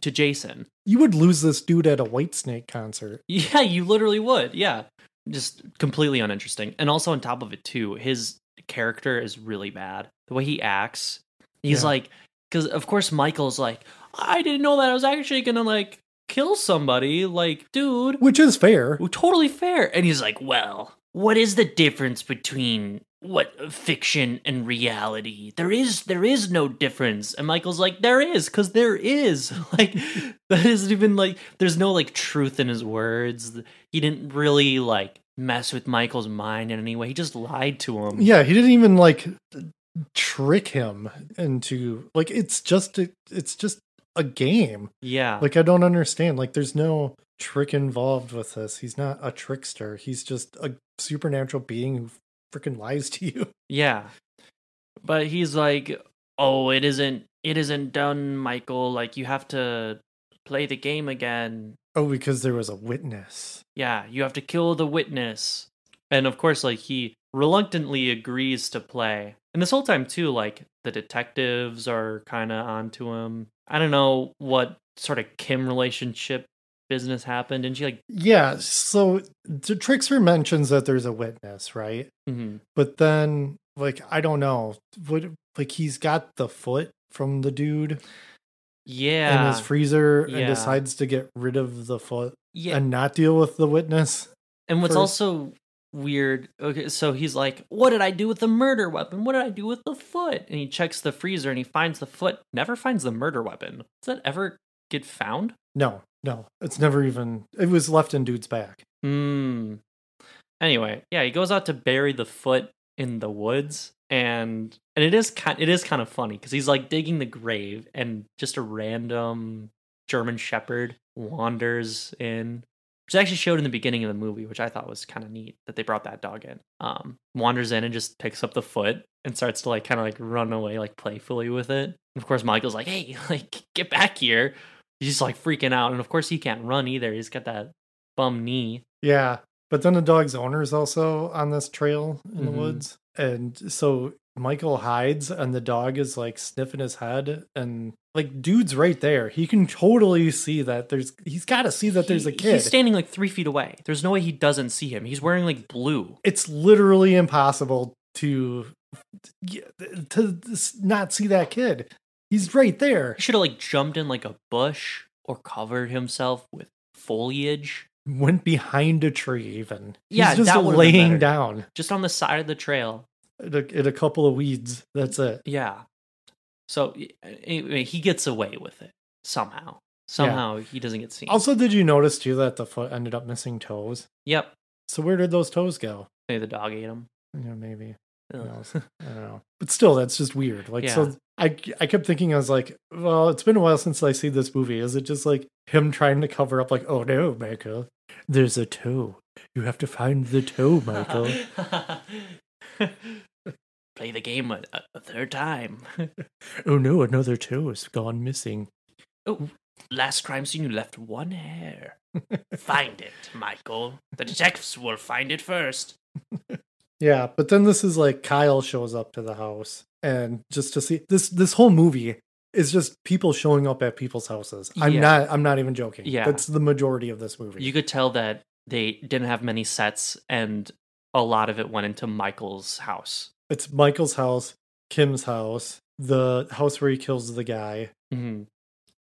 Speaker 4: to Jason.
Speaker 1: You would lose this dude at a White Snake concert.
Speaker 4: Yeah, you literally would. Yeah. Just completely uninteresting. And also on top of it too, his character is really bad. The way he acts, he's
Speaker 1: Yeah.
Speaker 4: like cuz of course Michael's like, "I didn't know that I was actually going to like kill somebody." Like, dude,
Speaker 1: Which is fair.
Speaker 4: well, totally fair. And he's like, "Well, what is the difference between what fiction and reality there is there is no difference and michael's like there is because there is like that isn't even like there's no like truth in his words he didn't really like mess with michael's mind in any way he just lied to him
Speaker 1: Yeah, he didn't even like trick him into like it's just a, it's just a game.
Speaker 4: yeah
Speaker 1: Like I don't understand. Like there's no trick involved with this. He's not a trickster. He's just a supernatural being who freaking lies to you.
Speaker 4: Yeah. But he's like, "Oh, it isn't it isn't done, Michael. Like you have to play the game again.
Speaker 1: Oh, because there was a witness.
Speaker 4: Yeah, you have to kill the witness." And of course, like he reluctantly agrees to play. And this whole time too, like the detectives are kind of onto him. I don't know what sort of Kim relationship business happened. Didn't she like
Speaker 1: Yeah, so the trickster mentions that there's a witness, right?
Speaker 4: mhm.
Speaker 1: But then like I don't know. What like he's got the foot from the dude
Speaker 4: yeah.
Speaker 1: in his freezer
Speaker 4: Yeah.
Speaker 1: and decides to get rid of the foot
Speaker 4: yeah.
Speaker 1: and not deal with the witness.
Speaker 4: And what's
Speaker 1: first-
Speaker 4: also weird, okay, so he's like, What did I do with the murder weapon? What did I do with the foot? And he checks the freezer and he finds the foot, never finds the murder weapon. Does that ever get found?
Speaker 1: No, no, it's never even. It was left in dude's back.
Speaker 4: Hmm. Anyway, yeah, he goes out to bury the foot in the woods and and it is kind it is kind of funny because he's like digging the grave and just a random German shepherd wanders in which is actually showed in the beginning of the movie, which I thought was kind of neat that they brought that dog in. Um, wanders in and just picks up the foot and starts to like kind of like run away like playfully with it. And of course, Michael's like, "Hey, like get back here!" He's just like freaking out, and of course he can't run either. He's got that bum knee.
Speaker 1: Yeah, but then the dog's owner is also on this trail in the
Speaker 4: Mhm.
Speaker 1: woods, and so Michael hides, and the dog is like sniffing his head, and like dude's right there. He can totally see that there's. He's got to see that there's a
Speaker 4: He-
Speaker 1: kid.
Speaker 4: He's standing like three feet away. There's no way he doesn't see him. He's wearing like blue.
Speaker 1: it's literally impossible to to not see that kid. He's right there.
Speaker 4: He should have like jumped in like a bush or covered himself with foliage.
Speaker 1: Went behind a tree, even.
Speaker 4: Yeah,
Speaker 1: He's just
Speaker 4: that would've been
Speaker 1: laying
Speaker 4: better.
Speaker 1: down.
Speaker 4: Just on the side of the trail.
Speaker 1: in a, in a couple of weeds. That's it.
Speaker 4: Yeah. So y- anyway, he gets away with it somehow. Somehow he doesn't get seen.
Speaker 1: Also, did you notice too that the foot ended up missing toes?
Speaker 4: yep.
Speaker 1: So where did those toes go?
Speaker 4: Maybe the dog ate him.
Speaker 1: You know, maybe
Speaker 4: Ugh.
Speaker 1: Who knows? I don't know. But still, that's just weird. Like,
Speaker 4: Yeah.
Speaker 1: so I I kept thinking I was like, well, it's been a while since I see this movie. Is it just like him trying to cover up? Like, oh no, Michael, there's a toe. You have to find the toe, Michael.
Speaker 4: Play the game a, a- a third time.
Speaker 1: oh no, another toe is gone missing.
Speaker 4: Oh, last crime scene, you left one hair. find it, Michael. The detectives will find it first.
Speaker 1: Yeah, but then this is like Kyle shows up to the house and just to see this this whole movie is just people showing up at people's houses. I'm
Speaker 4: Yeah.
Speaker 1: not I'm not even joking.
Speaker 4: Yeah.
Speaker 1: That's the majority of this movie.
Speaker 4: You could tell that they didn't have many sets, and a lot of it went into Michael's house.
Speaker 1: it's Michael's house, Kim's house, the house where he kills the guy.
Speaker 4: hmm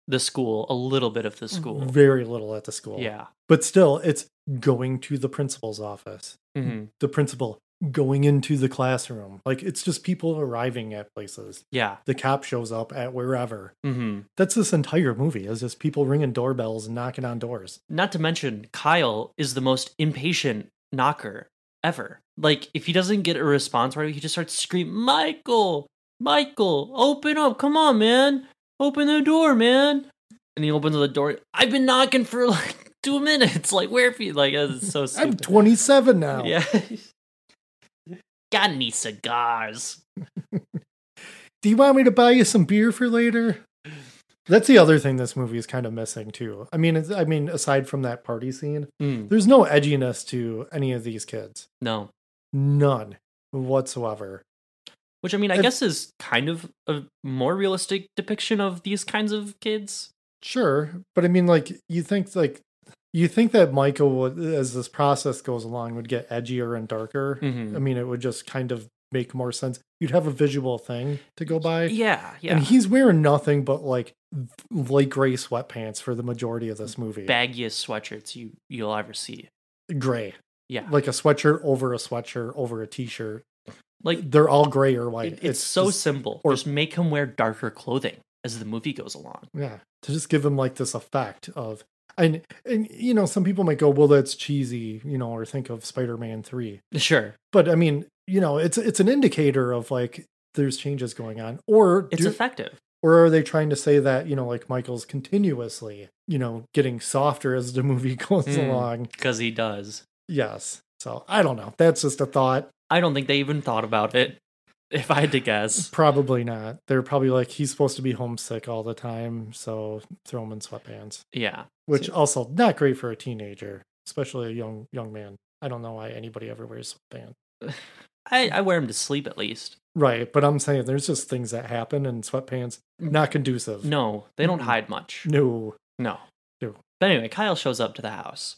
Speaker 4: The school, a little bit of the school.
Speaker 1: Very little at the school.
Speaker 4: Yeah.
Speaker 1: But still it's going to the principal's office.
Speaker 4: hmm
Speaker 1: The principal going into the classroom. Like it's just people arriving at places.
Speaker 4: Yeah.
Speaker 1: The cop shows up at wherever.
Speaker 4: hmm
Speaker 1: That's this entire movie is just people ringing doorbells and knocking on doors.
Speaker 4: Not to mention, Kyle is the most impatient knocker ever. Like, if he doesn't get a response right away, he just starts screaming, Michael, Michael, open up. Come on, man. Open the door, man. And he opens the door. I've been knocking for like two minutes. Like, where if you? Like, that's so stupid.
Speaker 1: I'm 27 now.
Speaker 4: Yeah. Got any cigars?
Speaker 1: Do you want me to buy you some beer for later? That's the other thing this movie is kind of missing too. I mean, it's, I mean, aside from that party scene,
Speaker 4: Mm,
Speaker 1: there's no edginess to any of these kids.
Speaker 4: no.
Speaker 1: None whatsoever.
Speaker 4: Which, I mean, I
Speaker 1: If-
Speaker 4: guess is kind of a more realistic depiction of these kinds of kids.
Speaker 1: Sure, but I mean, like you think like you think that Michael would, as this process goes along, would get edgier and darker.
Speaker 4: Mhm.
Speaker 1: I mean, it would just kind of make more sense. You'd have a visual thing to go by.
Speaker 4: Yeah, yeah.
Speaker 1: And he's wearing nothing but like light gray sweatpants for the majority of this movie.
Speaker 4: baggiest sweatshirts you you'll ever see.
Speaker 1: gray,
Speaker 4: Yeah,
Speaker 1: like a sweatshirt over a sweatshirt over a t-shirt.
Speaker 4: Like
Speaker 1: They're all gray or white.
Speaker 4: it- it's, so
Speaker 1: just-
Speaker 4: simple.
Speaker 1: or-
Speaker 4: just make him wear darker clothing as the movie goes along.
Speaker 1: Yeah, to just give him like this effect of, and and you know, some people might go, well, that's cheesy, you know, or think of Spider-Man three.
Speaker 4: Sure.
Speaker 1: But I mean, you know, it's it's an indicator of like there's changes going on, or
Speaker 4: It's
Speaker 1: do-
Speaker 4: effective.
Speaker 1: or are they trying to say that you know, like Michael's continuously, you know, getting softer as the movie goes
Speaker 4: Hmm.
Speaker 1: along?
Speaker 4: Because he does.
Speaker 1: Yes. So I don't know. That's just a thought.
Speaker 4: I don't think they even thought about it, if I had to guess.
Speaker 1: Probably not. They're probably like he's supposed to be homesick all the time, so throw him in sweatpants.
Speaker 4: Yeah.
Speaker 1: which also not great for a teenager, especially a young young man. I don't know why anybody ever wears sweatband.
Speaker 4: I, I wear them to sleep at least.
Speaker 1: Right, but I'm saying there's just things that happen and sweatpants not conducive.
Speaker 4: Mm. No, they don't
Speaker 1: Mm-mm.
Speaker 4: hide much.
Speaker 1: no,
Speaker 4: No.
Speaker 1: No.
Speaker 4: But anyway, Kyle shows up to the house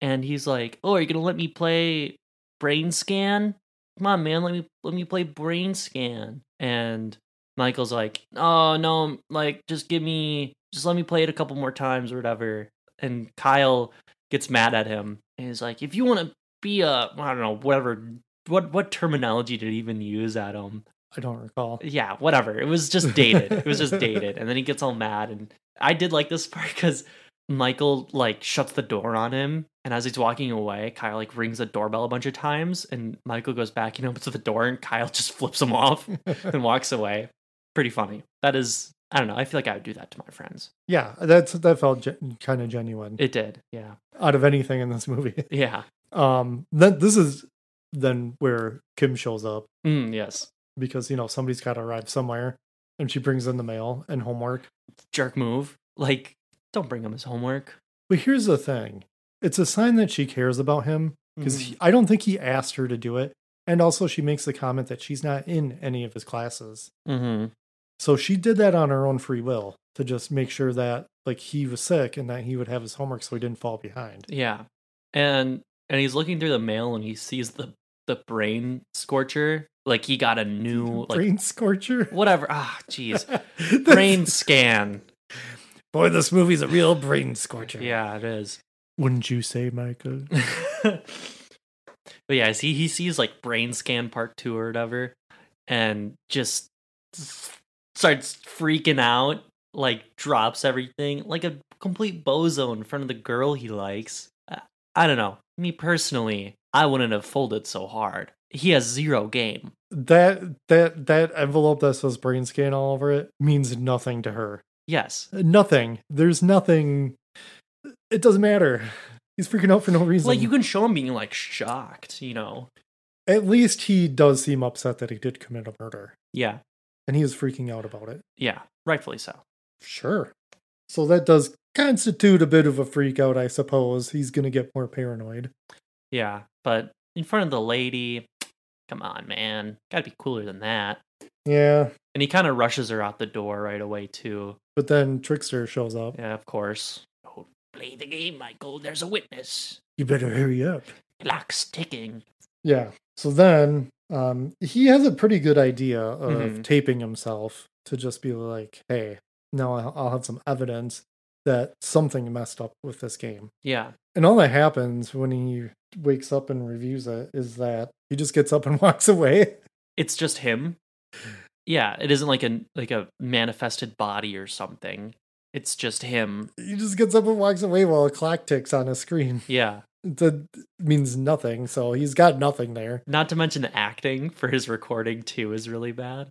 Speaker 4: and he's like, Oh, are you gonna let me play brain scan? Come on, man, let me let me play brain scan. And Michael's like, Oh no, like just give me just let me play it a couple more times or whatever. And Kyle gets mad at him and he's like, If you wanna be a I don't know, whatever what what terminology did he even use, Adam?
Speaker 1: I don't recall.
Speaker 4: yeah, whatever. It was just dated. it was just dated. And then he gets all mad. And I did like this part because Michael like shuts the door on him. And as he's walking away, Kyle like rings the doorbell a bunch of times. And Michael goes back and opens the door, and Kyle just flips him off and walks away. Pretty funny. That is, I don't know. I feel like I would do that to my friends.
Speaker 1: yeah, that's that felt gen- kind of genuine
Speaker 4: It did. Yeah.
Speaker 1: out of anything in this movie.
Speaker 4: Yeah.
Speaker 1: Um, then this is then where Kim shows up
Speaker 4: Mm, yes.
Speaker 1: because you know somebody's got to arrive somewhere, and she brings in the mail and homework.
Speaker 4: Jerk move. Like, don't bring him his homework.
Speaker 1: But here's the thing: it's a sign that she cares about him because
Speaker 4: Mm-hmm.
Speaker 1: I don't think he asked her to do it. And also, she makes the comment that she's not in any of his classes.
Speaker 4: hmm
Speaker 1: So she did that on her own free will to just make sure that like he was sick and that he would have his homework so he didn't fall behind.
Speaker 4: Yeah. And and he's looking through the mail and he sees the the brain scorcher. Like he got a new like
Speaker 1: brain scorcher.
Speaker 4: whatever. Ah, jeez.
Speaker 1: This-
Speaker 4: brain scan.
Speaker 1: Boy, this movie's a real brain scorcher.
Speaker 4: Yeah, it is.
Speaker 1: Wouldn't you say, Michael?
Speaker 4: but yeah, see he sees like brain scan part two or whatever and just starts freaking out, like drops everything, like a complete bozo in front of the girl he likes. I, I don't know. Me personally, I wouldn't have folded so hard. He has zero game.
Speaker 1: That that that envelope that says brain scan all over it means nothing to her.
Speaker 4: Yes.
Speaker 1: Nothing. There's nothing. It doesn't matter. He's freaking out for no reason.
Speaker 4: Like you can show him being like shocked, you know.
Speaker 1: At least he does seem upset that he did commit a murder,
Speaker 4: Yeah.
Speaker 1: and he is freaking out about it.
Speaker 4: Yeah. Rightfully so.
Speaker 1: Sure. So that does constitute a bit of a freak out, I suppose. He's gonna get more paranoid.
Speaker 4: Yeah. But in front of the lady, come on, man. Gotta be cooler than that.
Speaker 1: Yeah.
Speaker 4: And he kind of rushes her out the door right away too.
Speaker 1: But then Trickster shows up.
Speaker 4: Yeah, of course.
Speaker 2: Play the game, Michael. There's a witness.
Speaker 1: You better hurry up.
Speaker 2: Clock's ticking.
Speaker 1: Yeah. So then um he has a pretty good idea of
Speaker 4: Mhm.
Speaker 1: taping himself to just be like, hey, now I'll- I'll have some evidence that something messed up with this game.
Speaker 4: Yeah.
Speaker 1: And all that happens when he wakes up and reviews it is that he just gets up and walks away.
Speaker 4: It's just him. Yeah, it isn't like a like a manifested body or something. It's just him.
Speaker 1: He just gets up and walks away while a clock ticks on his screen.
Speaker 4: Yeah.
Speaker 1: That means nothing, so he's got nothing there.
Speaker 4: Not to mention the acting for his recording too is really bad.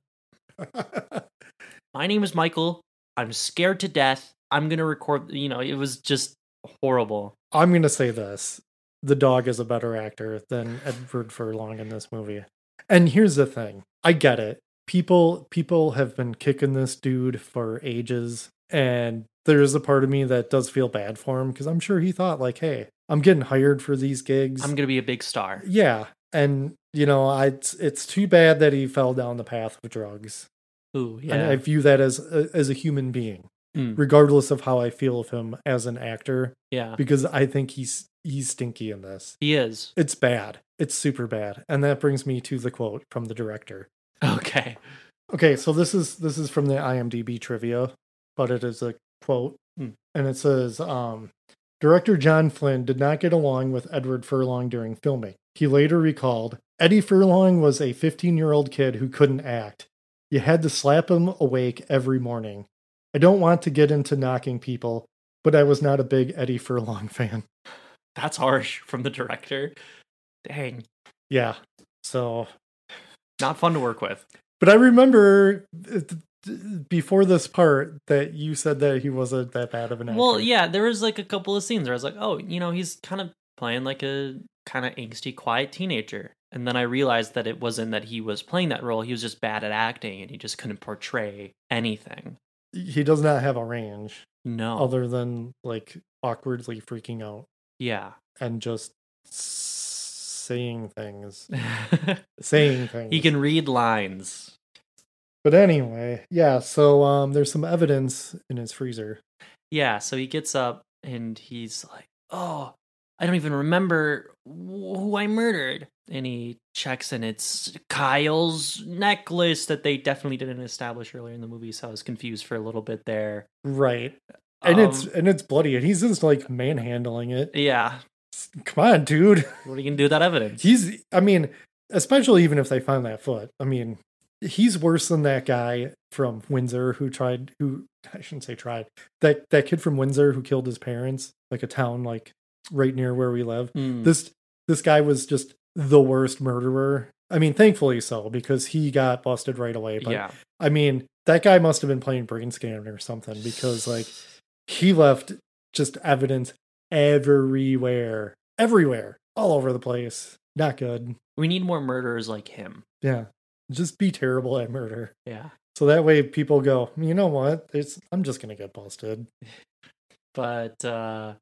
Speaker 4: my name is Michael. I'm scared to death. I'm going to record, you know, it was just horrible.
Speaker 1: I'm gonna say this. The dog is a better actor than Edward Furlong in this movie. And here's the thing. I get it. People people have been kicking this dude for ages and there's a part of me that does feel bad for him because I'm sure he thought like, "Hey, I'm getting hired for these gigs.
Speaker 4: I'm going to be a big star.
Speaker 1: Yeah, and you know, I it's, it's too bad that he fell down the path of drugs.
Speaker 4: Ooh,
Speaker 1: And
Speaker 4: yeah.
Speaker 1: I view that as a, as a human being,
Speaker 4: Mm.
Speaker 1: regardless of how I feel of him as an actor,
Speaker 4: yeah.
Speaker 1: because I think he's he's stinky in this.
Speaker 4: He is.
Speaker 1: It's bad. It's super bad. And that brings me to the quote from the director.
Speaker 4: Okay.
Speaker 1: Okay, so this is this is from the IMDb trivia, but it is a quote,
Speaker 4: Hmm.
Speaker 1: and it says, um, "Director John Flynn did not get along with Edward Furlong during filming. He later recalled, Eddie Furlong was a 15 year old kid who couldn't act. You had to slap him awake every morning. I don't want to get into knocking people, but I was not a big Eddie Furlong fan.
Speaker 4: That's harsh from the director. Dang.
Speaker 1: Yeah. So,
Speaker 4: Not fun to work with.
Speaker 1: but I remember uh, th- th- before this part that you said that he wasn't that bad of an actor.
Speaker 4: Well, yeah, there was like a couple of scenes where I was like, oh, you know, he's kind of playing like a kind of angsty, quiet teenager. And then I realized that it wasn't that he was playing that role. He was just bad at acting and he just couldn't portray anything.
Speaker 1: He does not have a range
Speaker 4: No.
Speaker 1: other than like awkwardly freaking out
Speaker 4: yeah.
Speaker 1: and just s- saying things. Saying things.
Speaker 4: he can read lines.
Speaker 1: But anyway, yeah, so um there's some evidence in his freezer.
Speaker 4: Yeah, so he gets up and he's like, "Oh, I don't even remember wh- who I murdered." And he checks, and it's Kyle's necklace that they definitely didn't establish earlier in the movie. So I was confused for a little bit there.
Speaker 1: Right. And it's
Speaker 4: Um,
Speaker 1: and it's bloody and he's just like manhandling it.
Speaker 4: yeah.
Speaker 1: Come on, dude.
Speaker 4: What are you gonna do with that evidence?
Speaker 1: He's I mean, especially even if they find that foot. I mean, he's worse than that guy from Windsor who tried who I shouldn't say tried. That that kid from Windsor who killed his parents, like a town like right near where we live.
Speaker 4: Hmm.
Speaker 1: this this guy was just the worst murderer. I mean, thankfully so because he got busted right away. But
Speaker 4: yeah.
Speaker 1: I mean, that guy must have been playing brain scan or something because like he left just evidence everywhere, everywhere, all over the place. Not good.
Speaker 4: We need more murderers like him.
Speaker 1: Yeah, just be terrible at murder.
Speaker 4: Yeah.
Speaker 1: So that way people go, you know what? It's I'm just gonna get busted.
Speaker 4: But uh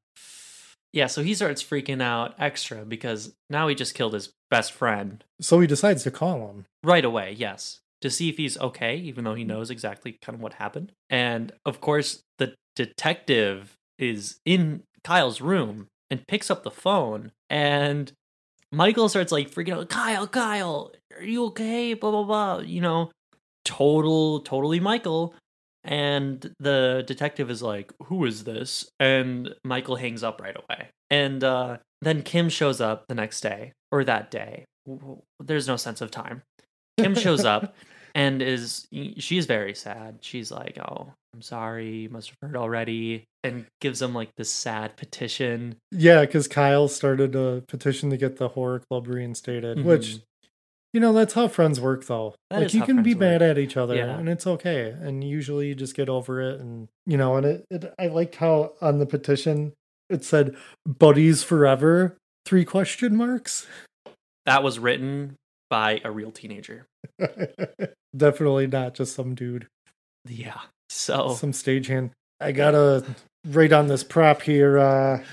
Speaker 4: yeah, so he starts freaking out extra because now he just killed his best friend.
Speaker 1: So he decides to call him.
Speaker 4: right away, yes, to see if he's okay, even though he knows exactly kind of what happened. And of course, the detective is in Kyle's room and picks up the phone and Michael starts like freaking out, Kyle, Kyle, are you okay? Blah blah blah. You know, total, totally Michael. And the detective is like, Who is this? And Michael hangs up right away. And uh, then Kim shows up the next day or that day. W- w- There's no sense of time. Kim shows up and is she's very sad. She's like, "Oh, I'm sorry. You must have heard already." And gives him like this sad petition.
Speaker 1: Yeah, because Kyle started a petition to get the horror club reinstated, which,
Speaker 4: Mhm.
Speaker 1: you know, that's how friends work, though.
Speaker 4: That
Speaker 1: like,
Speaker 4: is
Speaker 1: you
Speaker 4: how
Speaker 1: can be
Speaker 4: friends
Speaker 1: mad
Speaker 4: work.
Speaker 1: at each other,
Speaker 4: Yeah.
Speaker 1: and it's okay. And usually you just get over it. And, you know, and it, it I liked how on the petition it said, buddies forever, three question marks.
Speaker 4: That was written by a real teenager.
Speaker 1: Definitely not just some dude,
Speaker 4: Yeah. So
Speaker 1: some stagehand. I gotta write on this prop here, uh,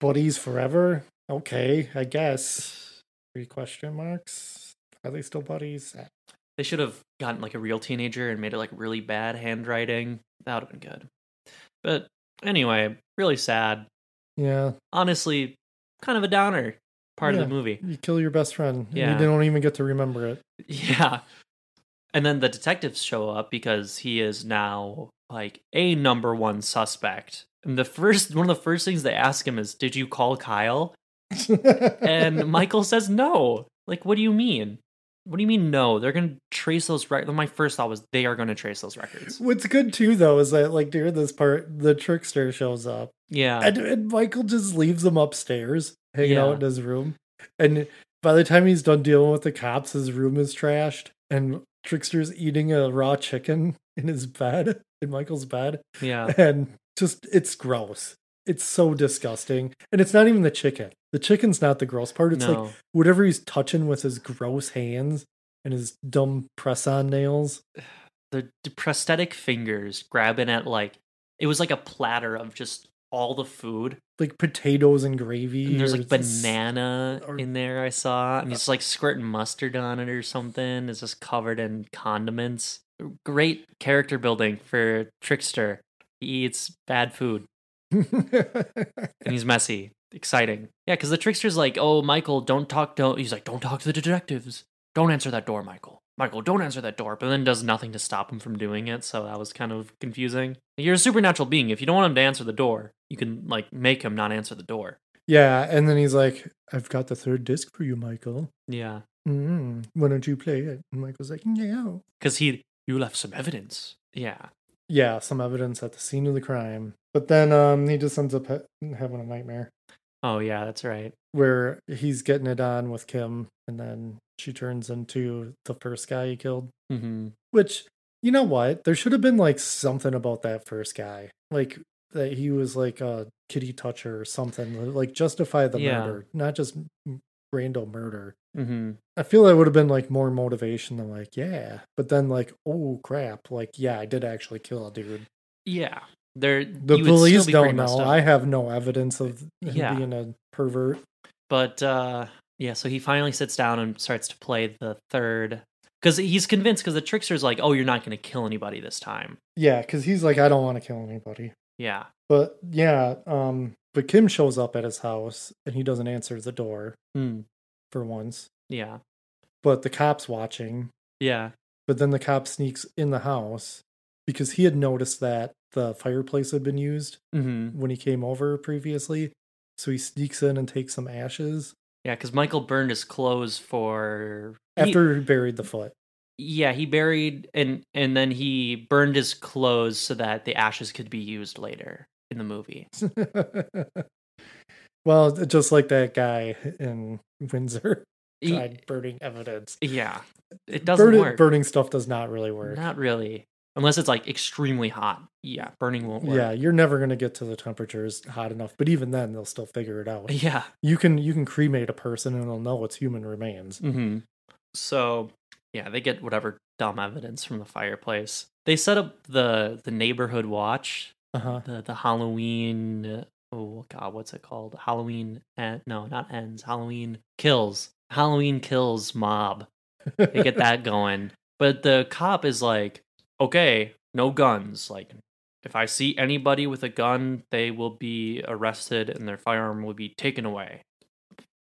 Speaker 1: buddies forever. Okay, I guess. Three question marks. Are they still buddies?
Speaker 4: They should have gotten like a real teenager and made it like really bad handwriting. That would have been good. But anyway, really sad.
Speaker 1: Yeah.
Speaker 4: Honestly, kind of a downer part of
Speaker 1: Yeah.
Speaker 4: the movie.
Speaker 1: You kill your best friend. and
Speaker 4: Yeah.
Speaker 1: you don't even get to remember it.
Speaker 4: Yeah. And then the detectives show up because he is now like a number one suspect. And the first one of the first things they ask him is, Did you call Kyle? And Michael says no. Like, what do you mean? What do you mean no? They're gonna trace those records. My first thought was they are gonna trace those records.
Speaker 1: What's good too, though, is that like during this part, the trickster shows up,
Speaker 4: Yeah.
Speaker 1: and, and Michael just leaves him upstairs, hanging
Speaker 4: Yeah.
Speaker 1: out in his room. And by the time he's done dealing with the cops, his room is trashed, and trickster's eating a raw chicken in his bed, in Michael's bed,
Speaker 4: yeah.
Speaker 1: and just it's gross. It's so disgusting, and it's not even the chicken. The chicken's not the gross part. It's like
Speaker 4: no.
Speaker 1: whatever he's touching with his gross hands and his dumb press on nails.
Speaker 4: the d- prosthetic fingers grabbing at like it was like a platter of just all the food.
Speaker 1: Like potatoes and gravy.
Speaker 4: And there's
Speaker 1: or
Speaker 4: like
Speaker 1: s-
Speaker 4: banana
Speaker 1: or-
Speaker 4: in there I saw, and he's like squirting mustard on it or something. It's just covered in condiments. Great character building for Trickster. He eats bad food and he's messy. Exciting. Yeah, because the trickster's like, oh, Michael, don't talk to. He's like, don't talk to the detectives. Don't answer that door, Michael. Michael, don't answer that door. But then does nothing to stop him from doing it. So that was kind of confusing. You're a supernatural being. If you don't want him to answer the door, you can, like, make him not answer the door.
Speaker 1: yeah, and then he's like, I've got the third disc for you, Michael.
Speaker 4: Yeah.
Speaker 1: mm, why don't you play it? And Michael's like, no.
Speaker 4: Because he, you left some evidence. Yeah.
Speaker 1: Yeah, some evidence at the scene of the crime. But then um, he just ends up ha- having a nightmare
Speaker 4: Oh, yeah, that's right.
Speaker 1: where he's getting it on with Kim, and then she turns into the first guy he killed. Mm-hmm,
Speaker 4: hmm
Speaker 1: Which, you know what? There should have been like something about that first guy. Like that he was like a kitty toucher or something. Like justify the
Speaker 4: Yeah.
Speaker 1: murder, not just m- random murder.
Speaker 4: hmm
Speaker 1: I feel that would have been like more motivation than like, yeah. But then like, oh crap, like, yeah, I did actually kill a dude.
Speaker 4: Yeah. They're,
Speaker 1: The
Speaker 4: you would
Speaker 1: police
Speaker 4: still be pretty
Speaker 1: don't
Speaker 4: messed
Speaker 1: know.
Speaker 4: up.
Speaker 1: I have no evidence of him
Speaker 4: Yeah.
Speaker 1: being a pervert.
Speaker 4: But uh, yeah, so he finally sits down and starts to play the third. Because he's convinced, because the trickster's like, oh, you're not going to kill anybody this time.
Speaker 1: Yeah, because he's like, I don't want to kill anybody.
Speaker 4: Yeah.
Speaker 1: But yeah, um, but Kim shows up at his house and he doesn't answer the door
Speaker 4: Mm.
Speaker 1: for once.
Speaker 4: Yeah.
Speaker 1: But the cops watching.
Speaker 4: Yeah.
Speaker 1: But then the cop sneaks in the house because he had noticed that the fireplace had been used
Speaker 4: hmm
Speaker 1: when he came over previously. So he sneaks in and takes some ashes
Speaker 4: Yeah, because Michael burned his clothes for he-
Speaker 1: after he buried the foot.
Speaker 4: yeah, he buried and and then he burned his clothes so that the ashes could be used later in the movie.
Speaker 1: well, just like that guy in Windsor
Speaker 4: He-
Speaker 1: tried burning evidence.
Speaker 4: yeah, it doesn't
Speaker 1: burning,
Speaker 4: work.
Speaker 1: burning stuff does not really work.
Speaker 4: Not really, unless it's like extremely hot. Yeah, burning won't work.
Speaker 1: Yeah, you're never gonna get to the temperatures hot enough. But even then, they'll still figure it out.
Speaker 4: yeah.
Speaker 1: You can you can cremate a person and they'll know it's human remains.
Speaker 4: hmm So yeah, they get whatever dumb evidence from the fireplace. They set up the the neighborhood watch,
Speaker 1: Uh huh.
Speaker 4: the the Halloween. Oh God, what's it called? Halloween? En- no, not ends. Halloween kills. Halloween kills mob. They get that going. But the cop is like, okay, no guns. Like, if I see anybody with a gun, they will be arrested and their firearm will be taken away.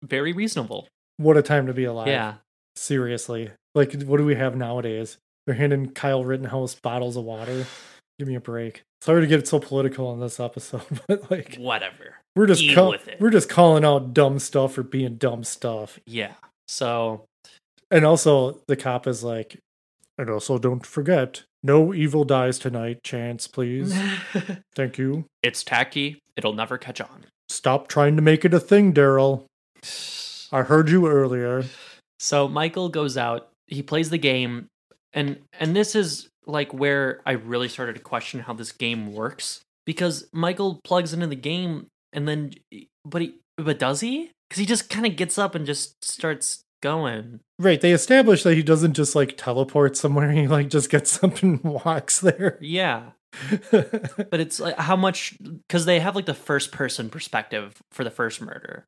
Speaker 4: Very reasonable.
Speaker 1: What a time to be alive.
Speaker 4: Yeah.
Speaker 1: Seriously, like what do we have nowadays? They're handing Kyle Rittenhouse bottles of water. Give me a break. Sorry to get so political on this episode, but like
Speaker 4: Whatever.
Speaker 1: we're just
Speaker 4: Deal
Speaker 1: call-
Speaker 4: with it.
Speaker 1: we're just calling out dumb stuff for being dumb stuff.
Speaker 4: Yeah. So
Speaker 1: And also, the cop is like, and also don't forget, no evil dies tonight. Chance, please. Thank you.
Speaker 4: it's tacky. It'll never catch on.
Speaker 1: Stop trying to make it a thing, Daryl. I heard you earlier.
Speaker 4: So Michael goes out, he plays the game, and and this is like where I really started to question how this game works because Michael plugs into the game and then but he but does he? Cuz he just kind of gets up and just starts going.
Speaker 1: Right, they established that he doesn't just like teleport somewhere, he like just gets up and walks there. Mm-hmm.
Speaker 4: Yeah. But it's like how much cuz they have like the first person perspective for the first murder.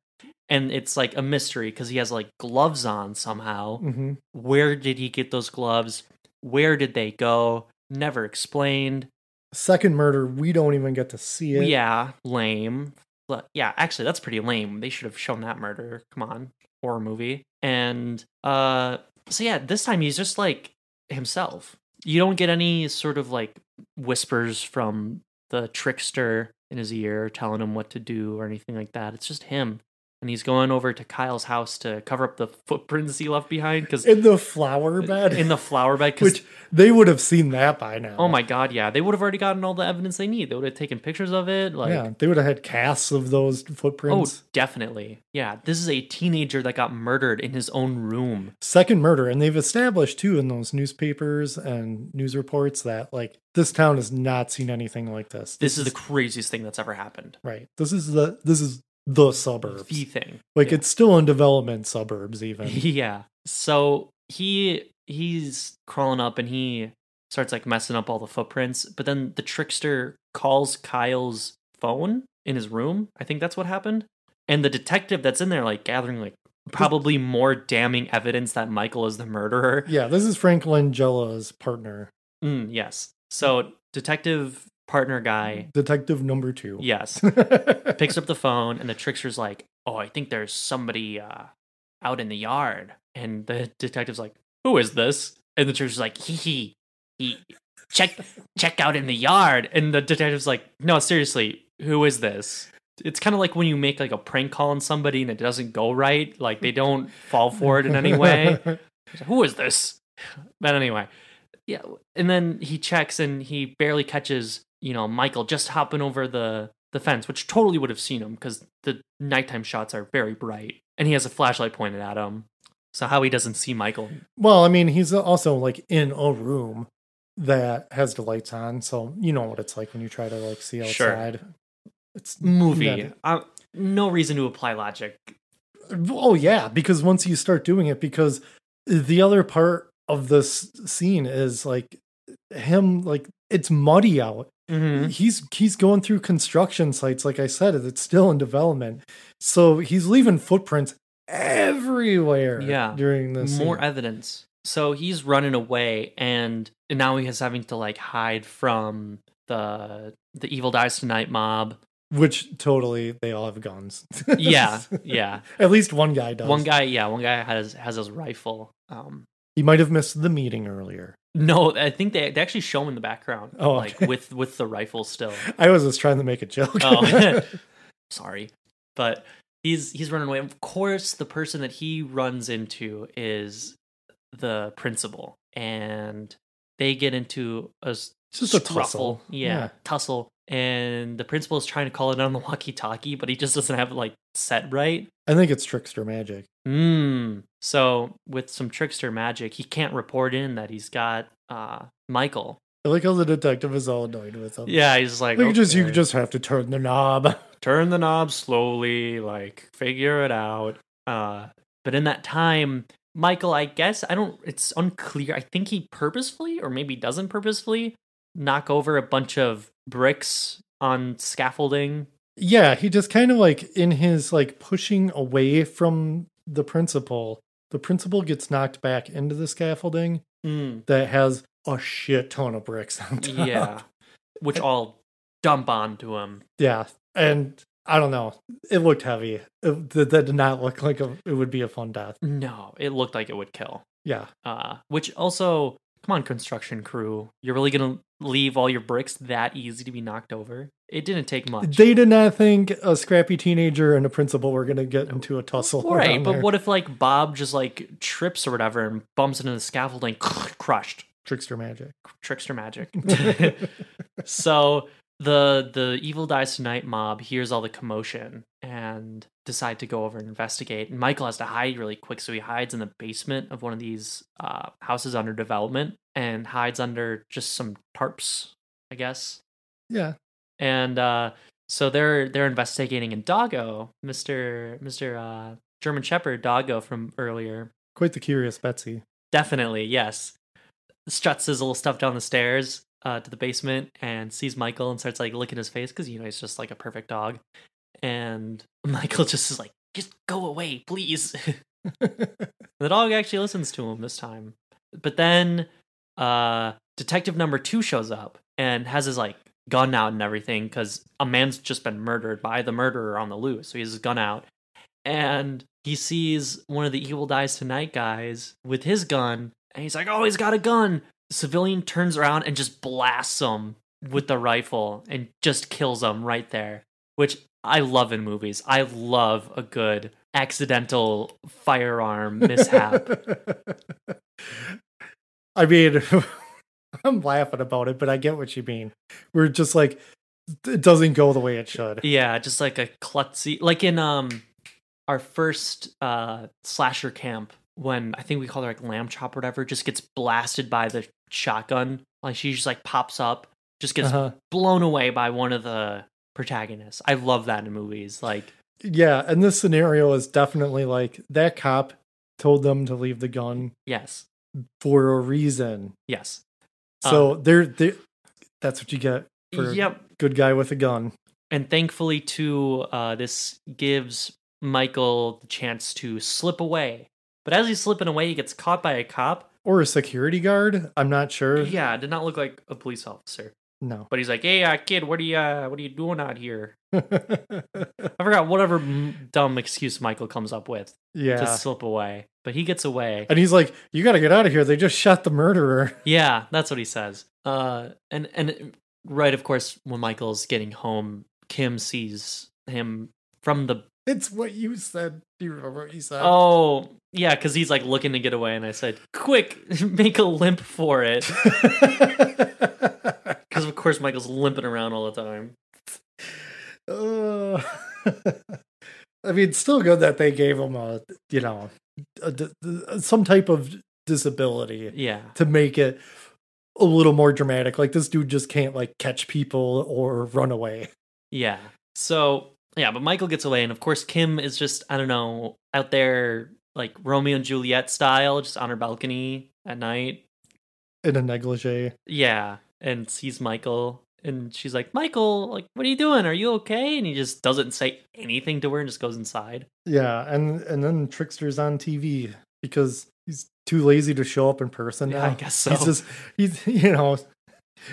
Speaker 4: And it's like a mystery cuz he has like gloves on somehow.
Speaker 1: hmm
Speaker 4: Where did he get those gloves? Where did they go? Never explained.
Speaker 1: Second murder, we don't even get to see
Speaker 4: Yeah,
Speaker 1: it.
Speaker 4: lame. But yeah, actually that's pretty lame. They should have shown that murder. Come on. Horror movie. And uh so yeah, this time he's just like himself. You don't get any sort of like whispers from the trickster in his ear telling him what to do or anything like that. It's just him. And he's going over to Kyle's house to cover up the footprints he left behind because
Speaker 1: In the flower bed.
Speaker 4: in the flower bed 'cause-
Speaker 1: which they would have seen that by now.
Speaker 4: Oh my god, yeah. They would have already gotten all the evidence they need. They would have taken pictures of it. Like
Speaker 1: yeah, they would have had casts of those
Speaker 4: Oh,
Speaker 1: footprints.
Speaker 4: definitely. Yeah. This is a teenager that got murdered in his own room.
Speaker 1: second murder and they've established too in those newspapers and news reports that like this town has not seen anything like this
Speaker 4: This is the craziest thing that's ever happened.
Speaker 1: right this is the this is the suburbs
Speaker 4: The thing.
Speaker 1: like
Speaker 4: yeah.
Speaker 1: it's still in development suburbs even
Speaker 4: Yeah. So he he's crawling up and he starts like messing up all the footprints, but then the trickster calls Kyle's phone in his room. I think that's what happened. And the detective that's in there like gathering like probably more damning evidence that Michael is the murderer.
Speaker 1: yeah this is frank langella's partner
Speaker 4: Mm, yes. So detective partner guy,
Speaker 1: detective number two
Speaker 4: yes, picks up the phone and the trickster's like, "Oh, I think there's somebody uh, out in the yard." And the detective's like, "Who is this?" And the trickster's like, "Hee hee, he check check out in the yard." And the detective's like, "No, seriously, who is this?" it's kind of like when you make like a prank call on somebody and it doesn't go right like they don't fall for it in any way It's like, who is this but anyway yeah and then he checks and he barely catches you know michael just hopping over the the fence which totally would have seen him because the nighttime shots are very bright and he has a flashlight pointed at him so how he doesn't see michael
Speaker 1: Well, I mean, he's also like in a room that has the lights on, so you know what it's like when you try to like see
Speaker 4: Sure.
Speaker 1: outside. It's
Speaker 4: movie
Speaker 1: not-
Speaker 4: uh, no reason to apply logic
Speaker 1: oh yeah, because once you start doing it, because the other part of this scene is like him like it's muddy out.
Speaker 4: Mhm.
Speaker 1: He's he's going through construction sites, like I said, it's still in development. So he's leaving footprints everywhere
Speaker 4: Yeah.
Speaker 1: during this
Speaker 4: more
Speaker 1: scene.
Speaker 4: evidence. So he's running away, and, and now he is having to like hide from the the Evil Dies Tonight mob.
Speaker 1: which totally they all have guns.
Speaker 4: Yeah, yeah.
Speaker 1: At least one guy does.
Speaker 4: One guy, yeah, one guy has has his rifle. Um,
Speaker 1: He might have missed the meeting earlier.
Speaker 4: no, I think they, they actually show him in the background,
Speaker 1: Oh,
Speaker 4: like
Speaker 1: okay.
Speaker 4: with with the rifle still.
Speaker 1: I was just trying to make a joke.
Speaker 4: Oh, sorry, but he's he's running away. Of course, the person that he runs into is the principal, and they get into a s-
Speaker 1: Just a
Speaker 4: scruffle.
Speaker 1: tussle.
Speaker 4: Yeah,
Speaker 1: Yeah.
Speaker 4: tussle. And the principal is trying to call it on the walkie-talkie, but he just doesn't have it like set right.
Speaker 1: I think it's trickster magic.
Speaker 4: Mm. So with some trickster magic, he can't report in that he's got uh Michael.
Speaker 1: I like how the detective is all annoyed with him.
Speaker 4: Yeah, he's like,
Speaker 1: Like you just you
Speaker 4: "Okay."
Speaker 1: just have to turn the knob.
Speaker 4: turn the knob slowly, like figure it out. Uh, but in that time, Michael, I guess I don't. It's unclear. I think he purposefully, or maybe doesn't purposefully, knock over a bunch of bricks on scaffolding.
Speaker 1: Yeah, he just kind of like in his like pushing away from the principal. The principal gets knocked back into the scaffolding that has a shit ton of bricks on top.
Speaker 4: Mm, yeah, which all dump onto him.
Speaker 1: yeah, and I don't know. It looked heavy. It, that, that did not look like a, it would be a fun death.
Speaker 4: No, it looked like it would kill.
Speaker 1: Yeah,
Speaker 4: Uh, which also, come on, construction crew, you're really gonna leave all your bricks that easy to be knocked over? It didn't take much.
Speaker 1: They did not think a scrappy teenager and a principal were going to get into a tussle.
Speaker 4: Right,
Speaker 1: around
Speaker 4: but
Speaker 1: there.
Speaker 4: what if like Bob just like trips or whatever and bumps into the scaffolding, crushed,
Speaker 1: trickster magic?
Speaker 4: trickster magic. so the the evil dies tonight mob hears all the commotion and decide to go over and investigate. And Michael has to hide really quick, so he hides in the basement of one of these uh, houses under development and hides under just some tarps, I guess
Speaker 1: yeah,
Speaker 4: and uh, so they're they're investigating and Doggo, Mister Mister uh, German Shepherd Doggo from earlier,
Speaker 1: quite the curious Betsy.
Speaker 4: definitely yes, struts his little stuff down the stairs uh, to the basement and sees Michael and starts like licking his face because you know he's just like a perfect dog, and Michael just is like, just go away, please. the dog actually listens to him this time, but then uh, detective number two shows up and has his like gun out and everything because a man's just been murdered by the murderer on the loose so he has his gun out and he sees one of the evil dies tonight guys with his gun and he's like oh he's got a gun civilian turns around and just blasts him with the rifle and just kills him right there which i love in movies i love a good accidental firearm mishap
Speaker 1: I mean, I'm laughing about it, but I get what you mean. We're just like, it doesn't go the way it should.
Speaker 4: Yeah, just like a klutzy, like in um our first uh slasher camp when I think we called her like lamb chop or whatever, just gets blasted by the shotgun. Like she just like pops up, just gets
Speaker 1: Uh-huh.
Speaker 4: blown away by one of the protagonists. I love that in movies. Like
Speaker 1: Yeah, and this scenario is definitely like that cop told them to leave the gun
Speaker 4: yes,
Speaker 1: for a reason.
Speaker 4: yes,
Speaker 1: So
Speaker 4: Um,
Speaker 1: they're, they're that's what you get for a
Speaker 4: yep.
Speaker 1: good guy with a gun.
Speaker 4: and thankfully too uh, this gives michael the chance to slip away but as he's slipping away he gets caught by a cop
Speaker 1: or a security guard. I'm not sure.
Speaker 4: yeah did not look like a police officer
Speaker 1: No.
Speaker 4: But he's like, "Hey, uh, kid, what are you, uh, what are you doing out here?" I forgot whatever m- dumb excuse Michael comes up with to
Speaker 1: yeah.
Speaker 4: slip away, but he gets away.
Speaker 1: And he's like, "You got to get out of here. They just shot the murderer."
Speaker 4: Yeah, that's what he says. Uh, and and right, of course, when Michael's getting home, Kim sees him from the.
Speaker 1: It's what you said. Do you remember what you said?
Speaker 4: Oh, yeah, because he's like looking to get away, and I said, "Quick, make a limp for it," because of course Michael's limping around all the time.
Speaker 1: Uh, I mean, it's still good that they gave him a, you know, a d- d- some type of disability
Speaker 4: Yeah,
Speaker 1: to make it a little more dramatic. Like this dude just can't like catch people or run away.
Speaker 4: yeah. So yeah, but Michael gets away, and of course Kim is just I don't know out there like Romeo and Juliet style, just on her balcony at night,
Speaker 1: in a negligee.
Speaker 4: Yeah, and sees Michael, and she's like, "Michael, like, what are you doing? Are you okay?" And he just doesn't say anything to her and just goes inside.
Speaker 1: Yeah, and and then Trickster's on TV because he's too lazy to show up in person
Speaker 4: Yeah,
Speaker 1: now.
Speaker 4: I guess so.
Speaker 1: Oh, He's just he's you know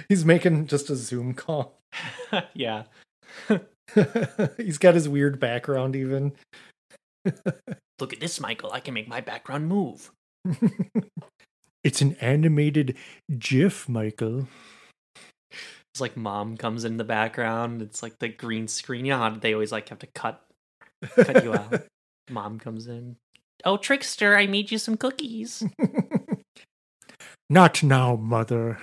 Speaker 1: he's making just a Zoom call.
Speaker 4: yeah,
Speaker 1: he's got his weird background even.
Speaker 2: Look at this, Michael. I can make my background move.
Speaker 1: It's an animated GIF, Michael.
Speaker 4: it's like mom comes in the background. It's like the green screen. You know how they always like have to cut cut you out. Mom comes in.
Speaker 2: Oh, trickster, I made you some cookies.
Speaker 1: Not now, mother.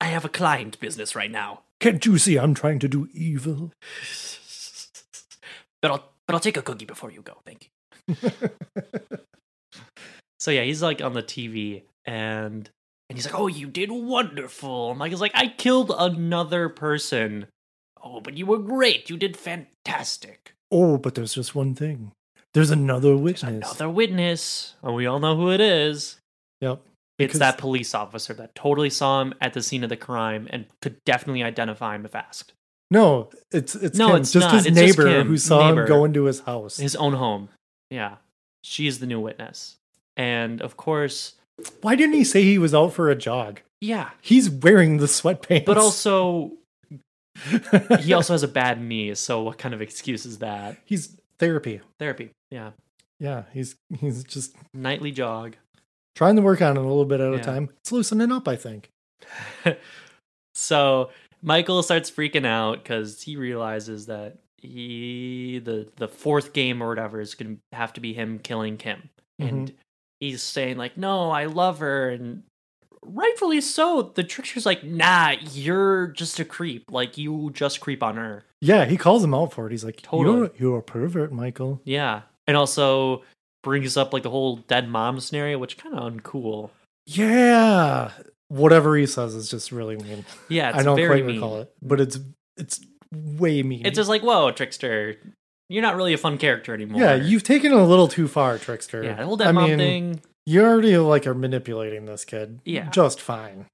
Speaker 2: I have a client business right now,
Speaker 1: Can't you see I'm trying to do evil?
Speaker 2: but I'll but I'll take a cookie before you go. Thank you.
Speaker 4: So yeah, he's like on the TV, and
Speaker 2: And he's like, "Oh, you did wonderful." I'm like,
Speaker 4: Michael's like, "I killed another person."
Speaker 2: "Oh, but you were great. You did fantastic."
Speaker 1: Oh, but there's just one thing. There's another witness.
Speaker 4: Another witness, and we all know who it is.
Speaker 1: Yep.
Speaker 4: It's
Speaker 1: Because-
Speaker 4: that police officer that totally saw him at the scene of the crime and could definitely identify him if asked.
Speaker 1: No, it's it's
Speaker 4: No,
Speaker 1: Kim.
Speaker 4: it's
Speaker 1: just
Speaker 4: not.
Speaker 1: his
Speaker 4: It's just
Speaker 1: neighbor
Speaker 4: Kim.
Speaker 1: who saw
Speaker 4: Neighbor.
Speaker 1: him go into his house.
Speaker 4: His own home. Yeah. She is the new witness. And of course,
Speaker 1: Why didn't he say he was out for a jog?
Speaker 4: yeah.
Speaker 1: He's wearing the sweatpants.
Speaker 4: But also, he also has a bad knee. So, what kind of excuse is that?
Speaker 1: he's therapy.
Speaker 4: Therapy. Yeah.
Speaker 1: Yeah, he's he's just
Speaker 4: Nightly jog.
Speaker 1: trying to work on it a little bit at
Speaker 4: Yeah.
Speaker 1: a time. It's loosening up, I think.
Speaker 4: So, Michael starts freaking out because he realizes that he, the, the fourth game or whatever, is going to have to be him killing Kim.
Speaker 1: Mm-hmm.
Speaker 4: And he's saying, like, no, I love her. And rightfully so. The trickster's like, nah, you're just a creep. Like, you just creep on her.
Speaker 1: Yeah, he calls him out for it. He's like,
Speaker 4: Totally.
Speaker 1: "You're you're a pervert, Michael."
Speaker 4: Yeah. And also brings up like the whole dead mom scenario, which kind of uncool.
Speaker 1: Yeah, whatever he says is just really mean.
Speaker 4: Yeah, it's
Speaker 1: I don't
Speaker 4: very
Speaker 1: quite
Speaker 4: mean.
Speaker 1: recall it, but it's it's way mean.
Speaker 4: It's just like, whoa, trickster, you're not really a fun character anymore.
Speaker 1: yeah, you've taken it a little too far, trickster.
Speaker 4: yeah, the whole dead mom thing.
Speaker 1: You already like are manipulating this kid.
Speaker 4: Yeah.
Speaker 1: Just fine.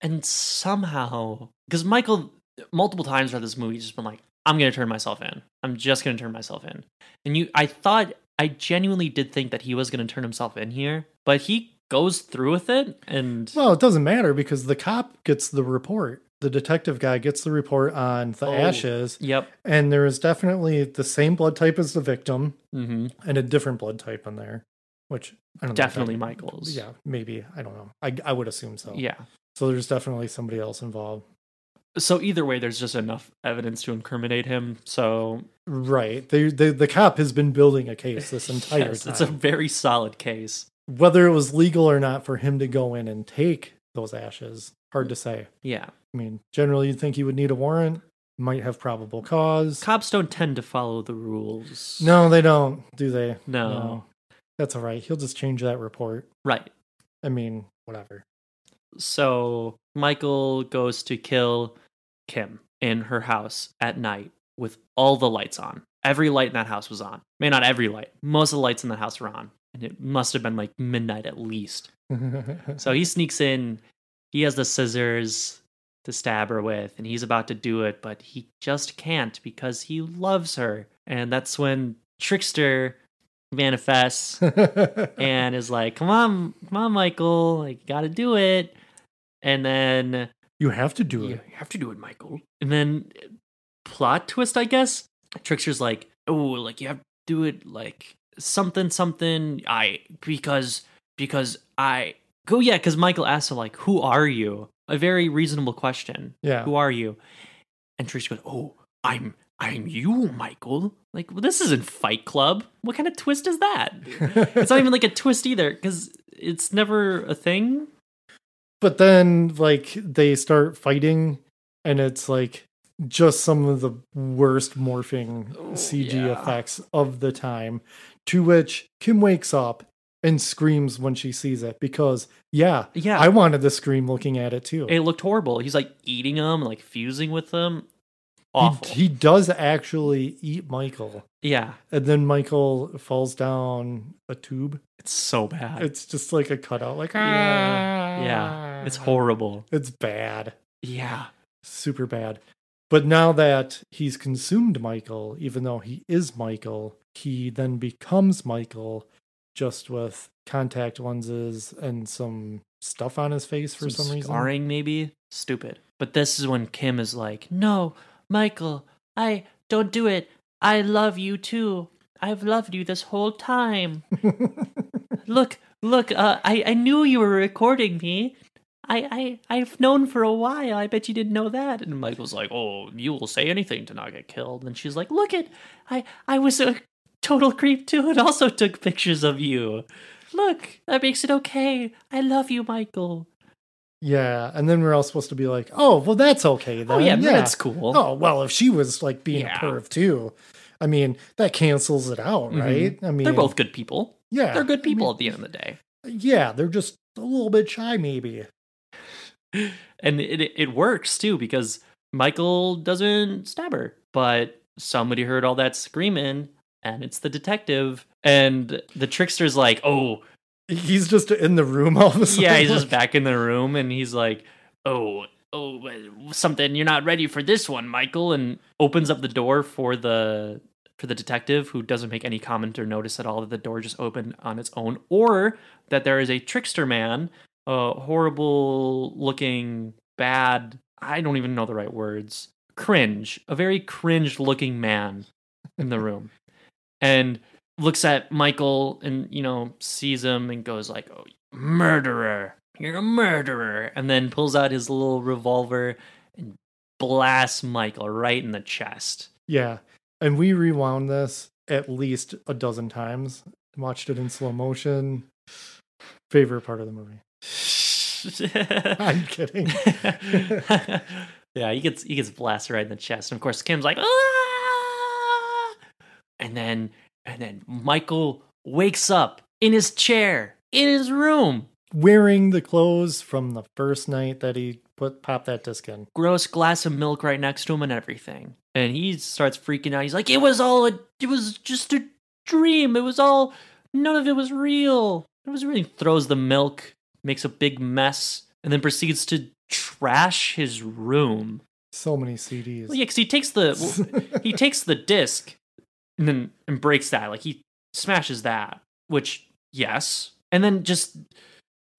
Speaker 4: And somehow, because Michael, multiple times throughout this movie, he's just been like, I'm going to turn myself in. I'm just going to turn myself in. And you, I thought, I genuinely did think that he was going to turn himself in here, but he goes through with it. And
Speaker 1: Well, it doesn't matter because the cop gets the report. The detective guy gets the report on the
Speaker 4: Oh.
Speaker 1: ashes,
Speaker 4: yep.
Speaker 1: and there is definitely the same blood type as the victim
Speaker 4: hmm
Speaker 1: and a different blood type in there, which I don't know if that-
Speaker 4: Definitely Michael's.
Speaker 1: Yeah, maybe. I don't know. I, I would assume so.
Speaker 4: Yeah.
Speaker 1: So there's definitely somebody else involved.
Speaker 4: so either way there's just enough evidence to incriminate him so
Speaker 1: Right. They, they, the cop has been building a case this entire
Speaker 4: yes,
Speaker 1: time.
Speaker 4: it's a very solid case
Speaker 1: Whether it was legal or not for him to go in and take those ashes, hard to say.
Speaker 4: yeah
Speaker 1: I mean, generally, you'd think he would need a warrant, might have probable cause.
Speaker 4: cops don't tend to follow the rules
Speaker 1: No, they don't, do they?
Speaker 4: No.
Speaker 1: That's all right. He'll just change that report.
Speaker 4: right
Speaker 1: I mean, whatever.
Speaker 4: so michael goes to kill kim in her house at night with all the lights on every light in that house was on may not every light most of the lights in the house were on and it must have been like midnight at least So he sneaks in. He has the scissors to stab her with, and he's about to do it, but he just can't because he loves her. And that's when Trickster manifests and is like, "Come on, come on, Michael! Like, you gotta do it." And then,
Speaker 1: you have to do
Speaker 4: Yeah.
Speaker 1: it.
Speaker 2: "You have to do it, Michael."
Speaker 4: and then, plot twist, I guess. Trickster's like,
Speaker 2: Oh, like you have to do it, like
Speaker 4: "Something, something."
Speaker 2: I because because I go.
Speaker 4: Oh yeah, because Michael asks her like, "Who are you?" A very reasonable question.
Speaker 1: Yeah.
Speaker 4: Who are you?
Speaker 2: And Trickster goes, "Oh, I'm
Speaker 4: I'm you, Michael. Like, well, this isn't Fight Club. What kind of twist is that? it's not even like a twist either, because it's never a thing.
Speaker 1: But then, like, they start fighting, and it's like just some of the worst morphing CG
Speaker 4: Oh, yeah.
Speaker 1: effects of the time. To which Kim wakes up and screams when she sees it because, yeah,
Speaker 4: Yeah.
Speaker 1: I wanted to scream looking at it too.
Speaker 4: It looked horrible. He's like eating them, like fusing with them. Awful.
Speaker 1: he, he does actually eat Michael,
Speaker 4: yeah,
Speaker 1: and then Michael falls down a tube.
Speaker 4: it's so bad.
Speaker 1: It's just like a cutout, like,
Speaker 4: Yeah. yeah, it's horrible.
Speaker 1: it's bad.
Speaker 4: Yeah.
Speaker 1: super bad. But now that he's consumed Michael, even though he is Michael, he then becomes Michael just with contact lenses and some stuff on his face for some, reason.
Speaker 4: scarring maybe stupid but this is when kim is like no michael i don't do it i love you too i've loved you this whole time look look uh, I, I knew you were recording me I, I i've known for a while i bet you didn't know that and michael's like oh you will say anything to not get killed and she's like look at i i was a total creep too and also took pictures of you look that makes it okay i love you michael
Speaker 1: Yeah. And then we're all supposed to be like, oh, well, that's okay. Then.
Speaker 4: Oh yeah, that's cool.
Speaker 1: Oh, well, if she was like being
Speaker 4: Yeah.
Speaker 1: a perv too, I mean, that cancels it out, right? I mean,
Speaker 4: Mm-hmm. They're both good people.
Speaker 1: Yeah.
Speaker 4: They're good people at the end of the day.
Speaker 1: Yeah. They're just a little bit shy, maybe.
Speaker 4: And it it works too because Michael doesn't stab her, but somebody heard all that screaming and it's the detective and the trickster's like, "Oh,
Speaker 1: He's just in the room all of a sudden.
Speaker 4: yeah, he's just
Speaker 1: like-
Speaker 4: back in the room and he's like, "Oh, oh, uh, something you're not ready for this one, Michael." And opens up the door for the for the detective who doesn't make any comment or notice at all that the door just opened on its own or that there is a trickster man, a horrible looking bad, I don't even know the right words. Cringe, a very cringe looking man in the room. and looks at Michael and you know sees him and goes like, "Oh, murderer! You're a murderer!" And then pulls out his little revolver and blasts Michael right in the chest.
Speaker 1: Yeah. And we rewound this at least a dozen times, watched it in slow motion. Favorite part of the movie. I'm kidding.
Speaker 4: yeah, he gets he gets blasted right in the chest, and of course Kim's like, ah! and then and then Michael wakes up in his chair in his room.
Speaker 1: Wearing the clothes from the first night that he put pop that disc in.
Speaker 4: gross glass of milk right next to him and everything. And he starts freaking out. He's like, "It was all a, it was just a dream. It was all none of it was real." It was really throws the milk, makes a big mess, and then proceeds to trash his room.
Speaker 1: So many CDs.
Speaker 4: Well, yeah, because he takes the well, he takes the disc and then and breaks that. Like he smashes that, which yes, and then just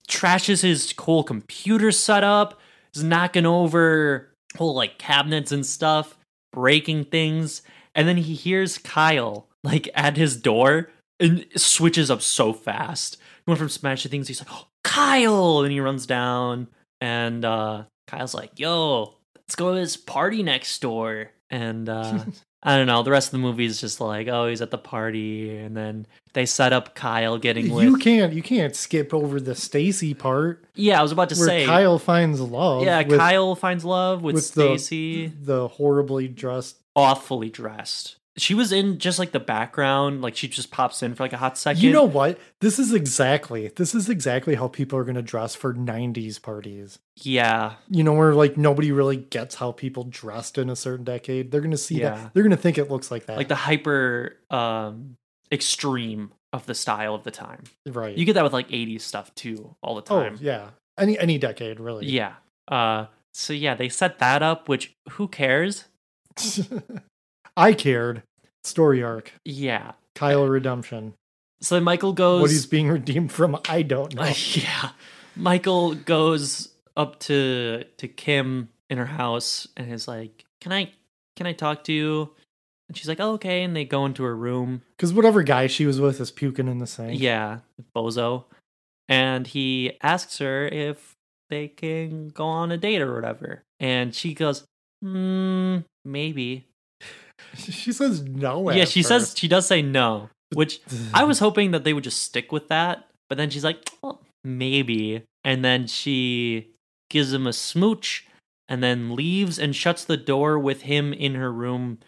Speaker 4: trashes his whole computer setup. Is knocking over whole like cabinets and stuff, breaking things, and then he hears Kyle like at his door and switches up so fast. He went from smashing things. He's like, oh, Kyle, and he runs down, and uh, Kyle's like, Yo, let's go to this party next door. And uh, I don't know. The rest of the movie is just like, oh, he's at the party, and then they set up Kyle getting with.
Speaker 1: You can't you can't skip over the Stacy part
Speaker 4: yeah, I was about to
Speaker 1: where
Speaker 4: say.
Speaker 1: Kyle finds love.
Speaker 4: yeah,
Speaker 1: with-
Speaker 4: Kyle finds love with,
Speaker 1: with the-
Speaker 4: Stacy.
Speaker 1: the horribly dressed
Speaker 4: awfully dressed. She was in just like the background, like she just pops in for like a hot second.
Speaker 1: You know what? This is exactly this is exactly how people are gonna dress for nineties parties.
Speaker 4: yeah,
Speaker 1: you know, where like nobody really gets how people dressed in a certain decade. They're gonna see
Speaker 4: Yeah.
Speaker 1: that. They're gonna think it looks like that.
Speaker 4: like the hyper um extreme of the style of the time.
Speaker 1: right.
Speaker 4: You get that with like 80s stuff too all the
Speaker 1: oh
Speaker 4: time.
Speaker 1: yeah. Any any decade really.
Speaker 4: yeah. Uh so yeah, they set that up which who cares?
Speaker 1: I cared. Story arc.
Speaker 4: Yeah.
Speaker 1: Kyle redemption.
Speaker 4: So then Michael goes
Speaker 1: What he's being redeemed from, I don't know.
Speaker 4: yeah. Michael goes up to to Kim in her house and is like, "Can I can I talk to you?" And she's like, oh, "Okay." And they go into her room.
Speaker 1: Because whatever guy she was with is puking in the sink.
Speaker 4: Yeah, bozo. And he asks her if they can go on a date or whatever. And she goes, "Hmm, "Mm, maybe."
Speaker 1: She says no.
Speaker 4: yeah,
Speaker 1: at
Speaker 4: she says
Speaker 1: first.
Speaker 4: she does say no, which I was hoping that they would just stick with that, but then she's like, well, maybe, and then she gives him a smooch, and then leaves and shuts the door with him in her room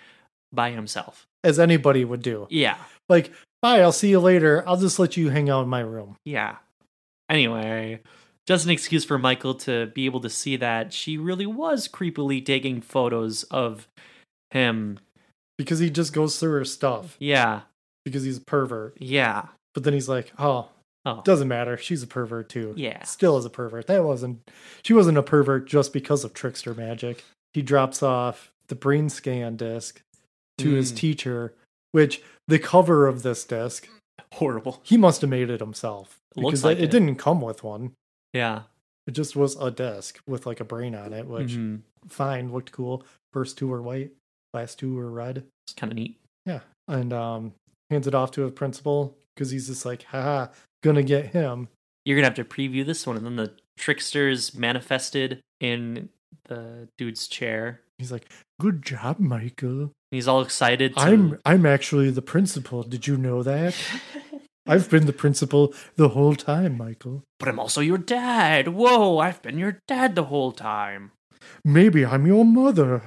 Speaker 4: by himself.
Speaker 1: as anybody would do.
Speaker 4: Yeah,
Speaker 1: Like, bye, I'll see you later. I'll just let you hang out in my room.
Speaker 4: yeah. Anyway, just an excuse for Michael to be able to see that she really was creepily taking photos of him.
Speaker 1: Because he just goes through her stuff
Speaker 4: Yeah,
Speaker 1: because he's a pervert.
Speaker 4: yeah.
Speaker 1: But then he's like, oh,
Speaker 4: Oh,
Speaker 1: doesn't matter. She's a pervert too.
Speaker 4: Yeah.
Speaker 1: Still is a pervert. That wasn't, she wasn't a pervert just because of trickster magic. He drops off the brain scan disc to his
Speaker 4: Mm.
Speaker 1: teacher, which the cover of this disc,
Speaker 4: horrible.
Speaker 1: he must have made it himself.
Speaker 4: Looks
Speaker 1: Because
Speaker 4: like
Speaker 1: it,
Speaker 4: it.
Speaker 1: didn't come with one.
Speaker 4: Yeah.
Speaker 1: It just was a disc with like a brain on it, which
Speaker 4: Mhm.
Speaker 1: fine, looked cool. First two were white, last two were red.
Speaker 4: It's kind of neat.
Speaker 1: Yeah. And um hands it off to a principal because he's just like, haha, gonna get him.
Speaker 4: You're gonna have to preview this one, and then the tricksters manifested in the dude's chair.
Speaker 1: He's like, Good job, Michael.
Speaker 4: And he's all excited. To,
Speaker 1: I'm I'm actually the principal. Did you know that? I've been the principal the whole time, Michael.
Speaker 4: but I'm also your dad. Whoa! I've been your dad the whole time.
Speaker 1: Maybe I'm your mother.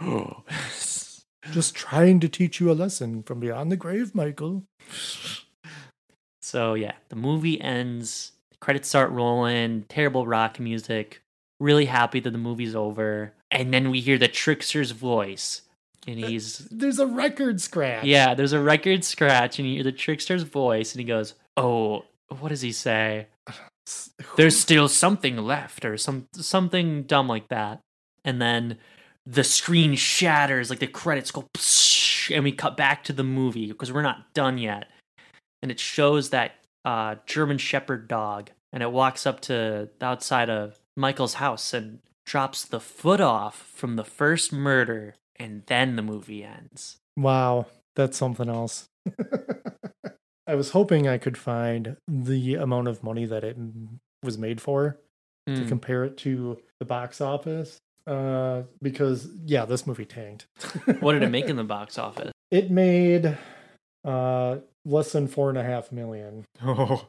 Speaker 1: Just trying to teach you a lesson from beyond the grave, Michael.
Speaker 4: So yeah, the movie ends. Credits start rolling. Terrible rock music. Really happy that the movie's over. And then we hear the trickster's voice, and he's
Speaker 1: There's a record scratch.
Speaker 4: Yeah, there's a record scratch, and you hear the trickster's voice, and he goes, "Oh, what does he say? There's still something left, or some something dumb like that." And then the screen shatters, like the credits go, psh, and we cut back to the movie because we're not done yet, and it shows that uh, German Shepherd dog, and it walks up to the outside of Michael's house and drops the foot off from the first murder, and then the movie ends.
Speaker 1: Wow, that's something else. I was hoping I could find the amount of money that it m- was made for to
Speaker 4: Mm.
Speaker 1: compare it to the box office. Uh, because yeah, this movie tanked.
Speaker 4: what did it make in the box office?
Speaker 1: It made uh less than four and a half million.
Speaker 4: Oh,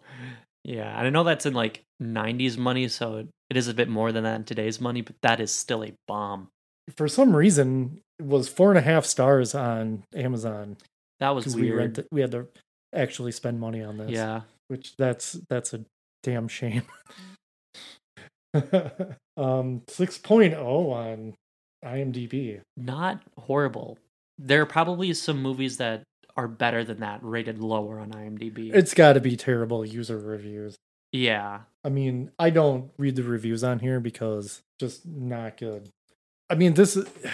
Speaker 4: yeah. And I know that's in like 90s money, so it is a bit more than that in today's money, but that is still a bomb.
Speaker 1: For some reason, it was four and a half stars on Amazon
Speaker 4: That was
Speaker 1: because we
Speaker 4: weird.
Speaker 1: rent we had to actually spend money on this.
Speaker 4: yeah.
Speaker 1: which that's that's a damn shame.
Speaker 4: Mm.
Speaker 1: um 6.0 on IMDb.
Speaker 4: Not horrible. There are probably some movies that are better than that rated lower on IMDb.
Speaker 1: It's got to be terrible user reviews.
Speaker 4: yeah.
Speaker 1: I mean, I don't read the reviews on here because just not good. I mean, this is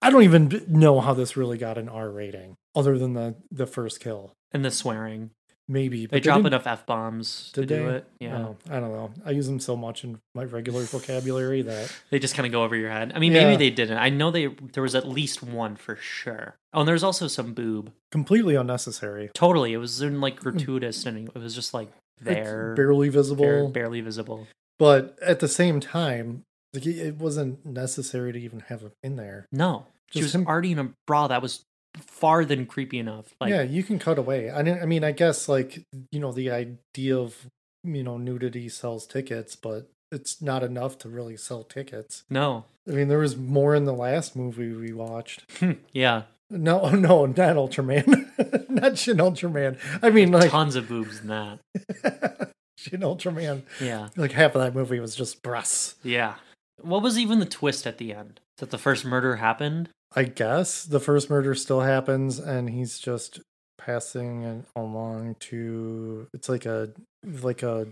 Speaker 1: I don't even know how this really got an R rating other than the the first kill.
Speaker 4: And the swearing.
Speaker 1: Maybe
Speaker 4: They
Speaker 1: but
Speaker 4: drop
Speaker 1: didn't-
Speaker 4: enough F bombs to
Speaker 1: did
Speaker 4: do
Speaker 1: they?
Speaker 4: it. Yeah.
Speaker 1: Oh, I don't know. I use them so much in my regular vocabulary that
Speaker 4: They just kind of go over your head. I mean,
Speaker 1: Yeah.
Speaker 4: maybe they didn't. I know they there was at least one for sure. Oh, and there's also some boob.
Speaker 1: completely unnecessary.
Speaker 4: Totally, it was in like gratuitous, and it was just like
Speaker 1: Hmm.
Speaker 4: there,
Speaker 1: It's barely
Speaker 4: bare-
Speaker 1: visible.
Speaker 4: barely visible.
Speaker 1: but at the same time like it- it wasn't necessary to even have him in there
Speaker 4: No, she
Speaker 1: Just
Speaker 4: was
Speaker 1: him-
Speaker 4: already in a bra that was far than creepy enough. Like,
Speaker 1: yeah you can cut away i didn't, i mean i guess like you know the idea of you know nudity sells tickets but it's not enough to really sell tickets
Speaker 4: no,
Speaker 1: i mean there was more in the last movie we watched
Speaker 4: yeah,
Speaker 1: no no not ultraman not shin ultraman i mean like
Speaker 4: tons of boobs in that.
Speaker 1: shin ultraman
Speaker 4: Yeah,
Speaker 1: like half of that movie was just breasts
Speaker 4: yeah. What was even the twist at the end? That the first murder happened?
Speaker 1: I guess the first murder still happens, and he's just passing it along to. It's like a like a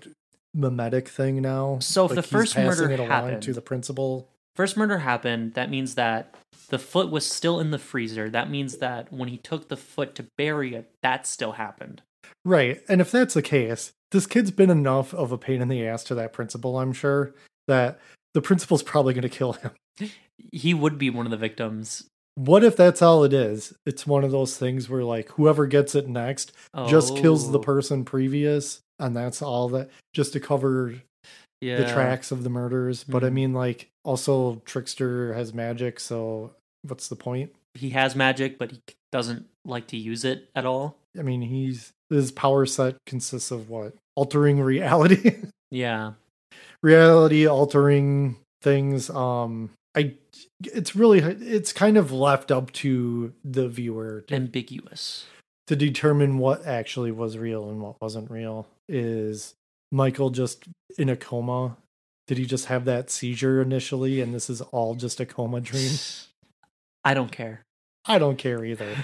Speaker 1: mimetic thing now.
Speaker 4: So if
Speaker 1: Like,
Speaker 4: the
Speaker 1: he's
Speaker 4: first
Speaker 1: passing
Speaker 4: murder
Speaker 1: it along
Speaker 4: happened-
Speaker 1: to the principal,
Speaker 4: First murder happened. That means that the foot was still in the freezer. That means that when he took the foot to bury it, that still happened.
Speaker 1: right? And if that's the case, this kid's been enough of a pain in the ass to that principal. I'm sure that the principal's probably going to kill him.
Speaker 4: He would be one of the victims.
Speaker 1: What if that's all it is? It's one of those things where like whoever gets it next just kills the
Speaker 4: Oh,
Speaker 1: person previous, and that's all that just to cover
Speaker 4: yeah.
Speaker 1: the tracks of the murders. But I
Speaker 4: Mhm.
Speaker 1: mean, like, also Trickster has magic, so what's the point?
Speaker 4: he has magic, but he doesn't like to use it at all.
Speaker 1: I mean, he's his power set consists of what? Altering reality.
Speaker 4: Yeah.
Speaker 1: reality altering things um I it's really it's kind of left up to the viewer to,
Speaker 4: Ambiguous.
Speaker 1: to determine what actually was real and what wasn't real. Is Michael just in a coma? Did he just have that seizure initially and this is all just a coma dream?
Speaker 4: I don't care.
Speaker 1: I don't care either.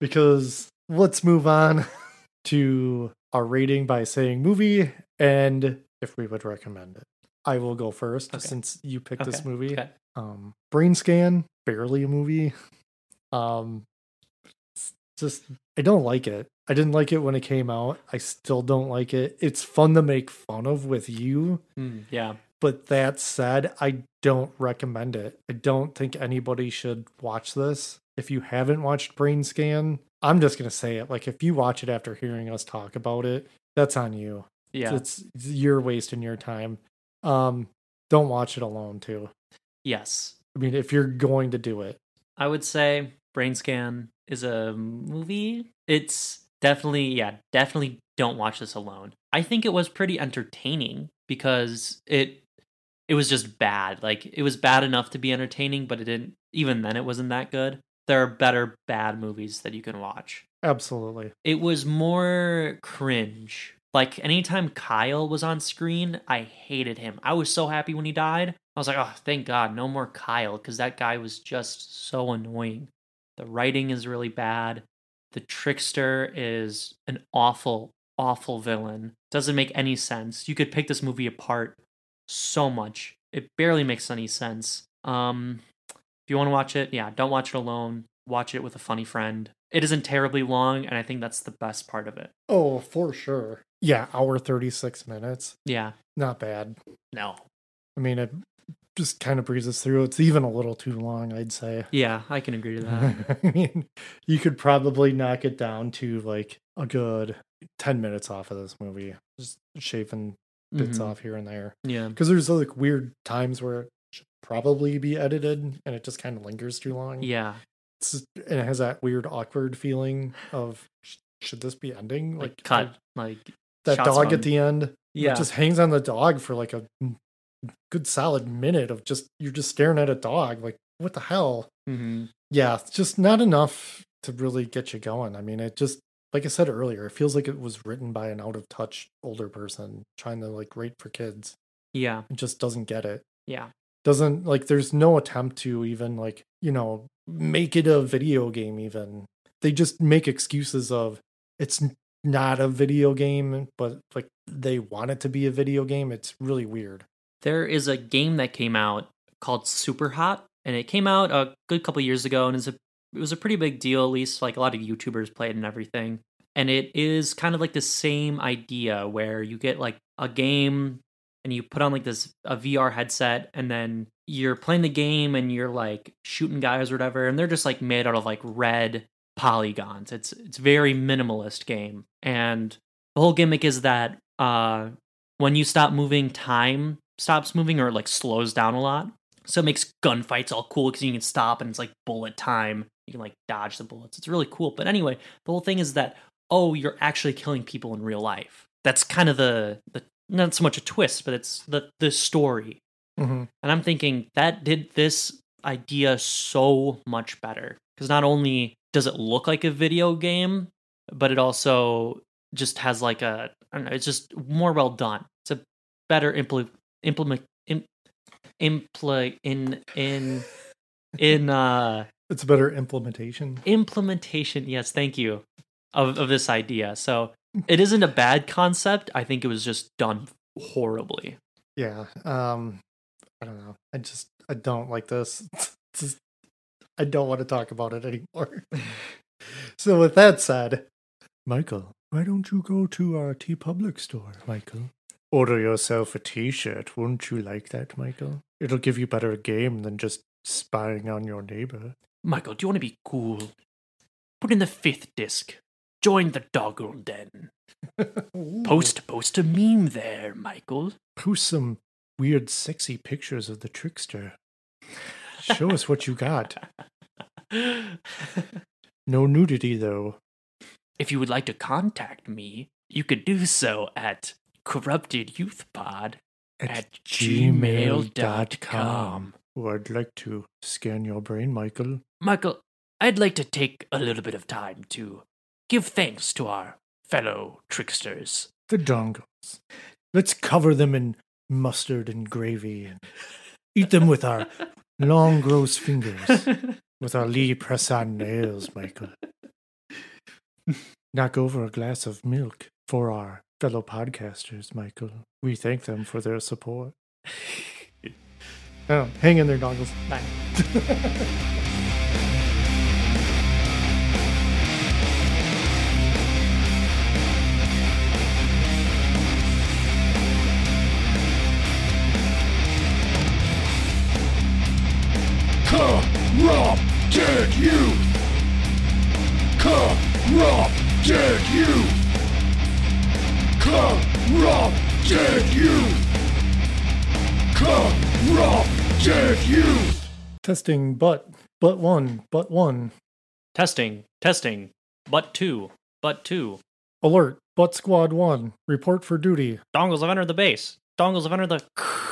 Speaker 1: because let's move on to our rating by saying movie and if we would recommend it. I will go first
Speaker 4: Okay.
Speaker 1: since you picked this
Speaker 4: Okay,
Speaker 1: movie.
Speaker 4: okay.
Speaker 1: Um Brain Scan, barely a movie. Um it's just I don't like it. I didn't like it when it came out. I still don't like it. It's fun to make fun of with you,
Speaker 4: Mm, yeah.
Speaker 1: but that said, I don't recommend it. I don't think anybody should watch this. If you haven't watched Brain Scan, I'm just going to say it. Like, if you watch it after hearing us talk about it, that's on you.
Speaker 4: Yeah.
Speaker 1: It's, it's you're wasting your time. Um, don't watch it alone, too.
Speaker 4: yes.
Speaker 1: I mean, if you're going to do it,
Speaker 4: I would say Brain Scan is a movie. It's definitely, yeah, definitely don't watch this alone. I think it was pretty entertaining because it it was just bad. Like it was bad enough to be entertaining, but it didn't even then it wasn't that good. There are better bad movies that you can watch.
Speaker 1: absolutely.
Speaker 4: It was more cringe. Like anytime Kyle was on screen, I hated him. I was so happy when he died. I was like, oh, thank God, no more Kyle, because that guy was just so annoying. The writing is really bad. The trickster is an awful, awful villain. Doesn't make any sense. You could pick this movie apart so much. It barely makes any sense. Um, if you want to watch it, yeah, don't watch it alone. Watch it with a funny friend. It isn't terribly long, and I think that's the best part of it.
Speaker 1: Oh, for sure. Yeah, hour 36 minutes.
Speaker 4: Yeah.
Speaker 1: Not bad.
Speaker 4: No.
Speaker 1: I mean, it just kind of breezes through. It's even a little too long, I'd say.
Speaker 4: Yeah, I can agree to that.
Speaker 1: I mean, you could probably knock it down to like a good 10 minutes off of this movie, just shaving bits
Speaker 4: Mhm.
Speaker 1: off here and there.
Speaker 4: Yeah.
Speaker 1: Because there's like weird times where it should probably be edited and it just kind of lingers too long.
Speaker 4: Yeah.
Speaker 1: It's, and it has that weird, awkward feeling of sh- should this be ending?
Speaker 4: Like,
Speaker 1: Like,
Speaker 4: cut. Like,
Speaker 1: That
Speaker 4: shots
Speaker 1: dog
Speaker 4: on-
Speaker 1: at the end.
Speaker 4: yeah.
Speaker 1: It just hangs on the dog for like a good solid minute of just, you're just staring at a dog. Like, what the hell?
Speaker 4: hmm
Speaker 1: yeah, it's just not enough to really get you going. I mean, it just like I said earlier, it feels like it was written by an out of touch older person trying to like rate for kids.
Speaker 4: Yeah.
Speaker 1: It just doesn't get it.
Speaker 4: Yeah.
Speaker 1: Doesn't like there's no attempt to even like, you know, make it a video game even. They just make excuses of it's n- not a video game, but like they want it to be a video game. It's really weird.
Speaker 4: There is a game that came out called Super Hot, and it came out a good couple years ago, and it's a it was a pretty big deal. At least like a lot of YouTubers played and everything. And it is kind of like the same idea where you get like a game and you put on like this a VR headset, and then you're playing the game and you're like shooting guys or whatever, and they're just like made out of like red polygons. It's it's very minimalist game, and the whole gimmick is that uh when you stop moving, time stops moving or like slows down a lot. So it makes gunfights all cool because you can stop and it's like bullet time. You can like dodge the bullets. It's really cool. But anyway, the whole thing is that oh, you're actually killing people in real life. That's kind of the, the not so much a twist, but it's the the story.
Speaker 1: Mhm.
Speaker 4: And I'm thinking that did this idea so much better because not only does it look like a video game, but it also just has like a I don't know, it's just more well done. It's a better implement implement im, impl in in in uh
Speaker 1: It's a better implementation.
Speaker 4: implementation yes thank you of, of this idea so it isn't a bad concept i think it was just done horribly
Speaker 1: yeah um i don't know i just i don't like this Just- i don't want to talk about it anymore so with that said michael why don't you go to our t public store michael order yourself a t-shirt wouldn't you like that michael it'll give you better game than just spying on your neighbor
Speaker 2: Michael, do you want to be cool? Put in the fifth disc. Join the doggerel den. Post post a meme there, Michael.
Speaker 1: post some weird sexy pictures of the trickster show us what you got No nudity though.
Speaker 4: If you would like to contact me, you could do so at corruptedyouthpod at, at gmail.com.
Speaker 1: Oh, I'd like to scan your brain, Michael.
Speaker 4: Michael, I'd like to take a little bit of time to give thanks to our fellow tricksters.
Speaker 1: The dongles. Let's cover them in mustard and gravy and eat them with our long, gross fingers, with our Lee press on nails, Michael. Knock over a glass of milk for our fellow podcasters, Michael. We thank them for their support. oh, hang in there, dongles. Bye.
Speaker 3: Corrupted youth! Corrupted youth! Corrupted youth! Corrupted youth!
Speaker 1: Testing, but, but one, but one.
Speaker 11: Testing, testing, but two, but two.
Speaker 1: Alert, but squad one. Report for duty.
Speaker 11: Dongles have entered the base. Dongles have entered the.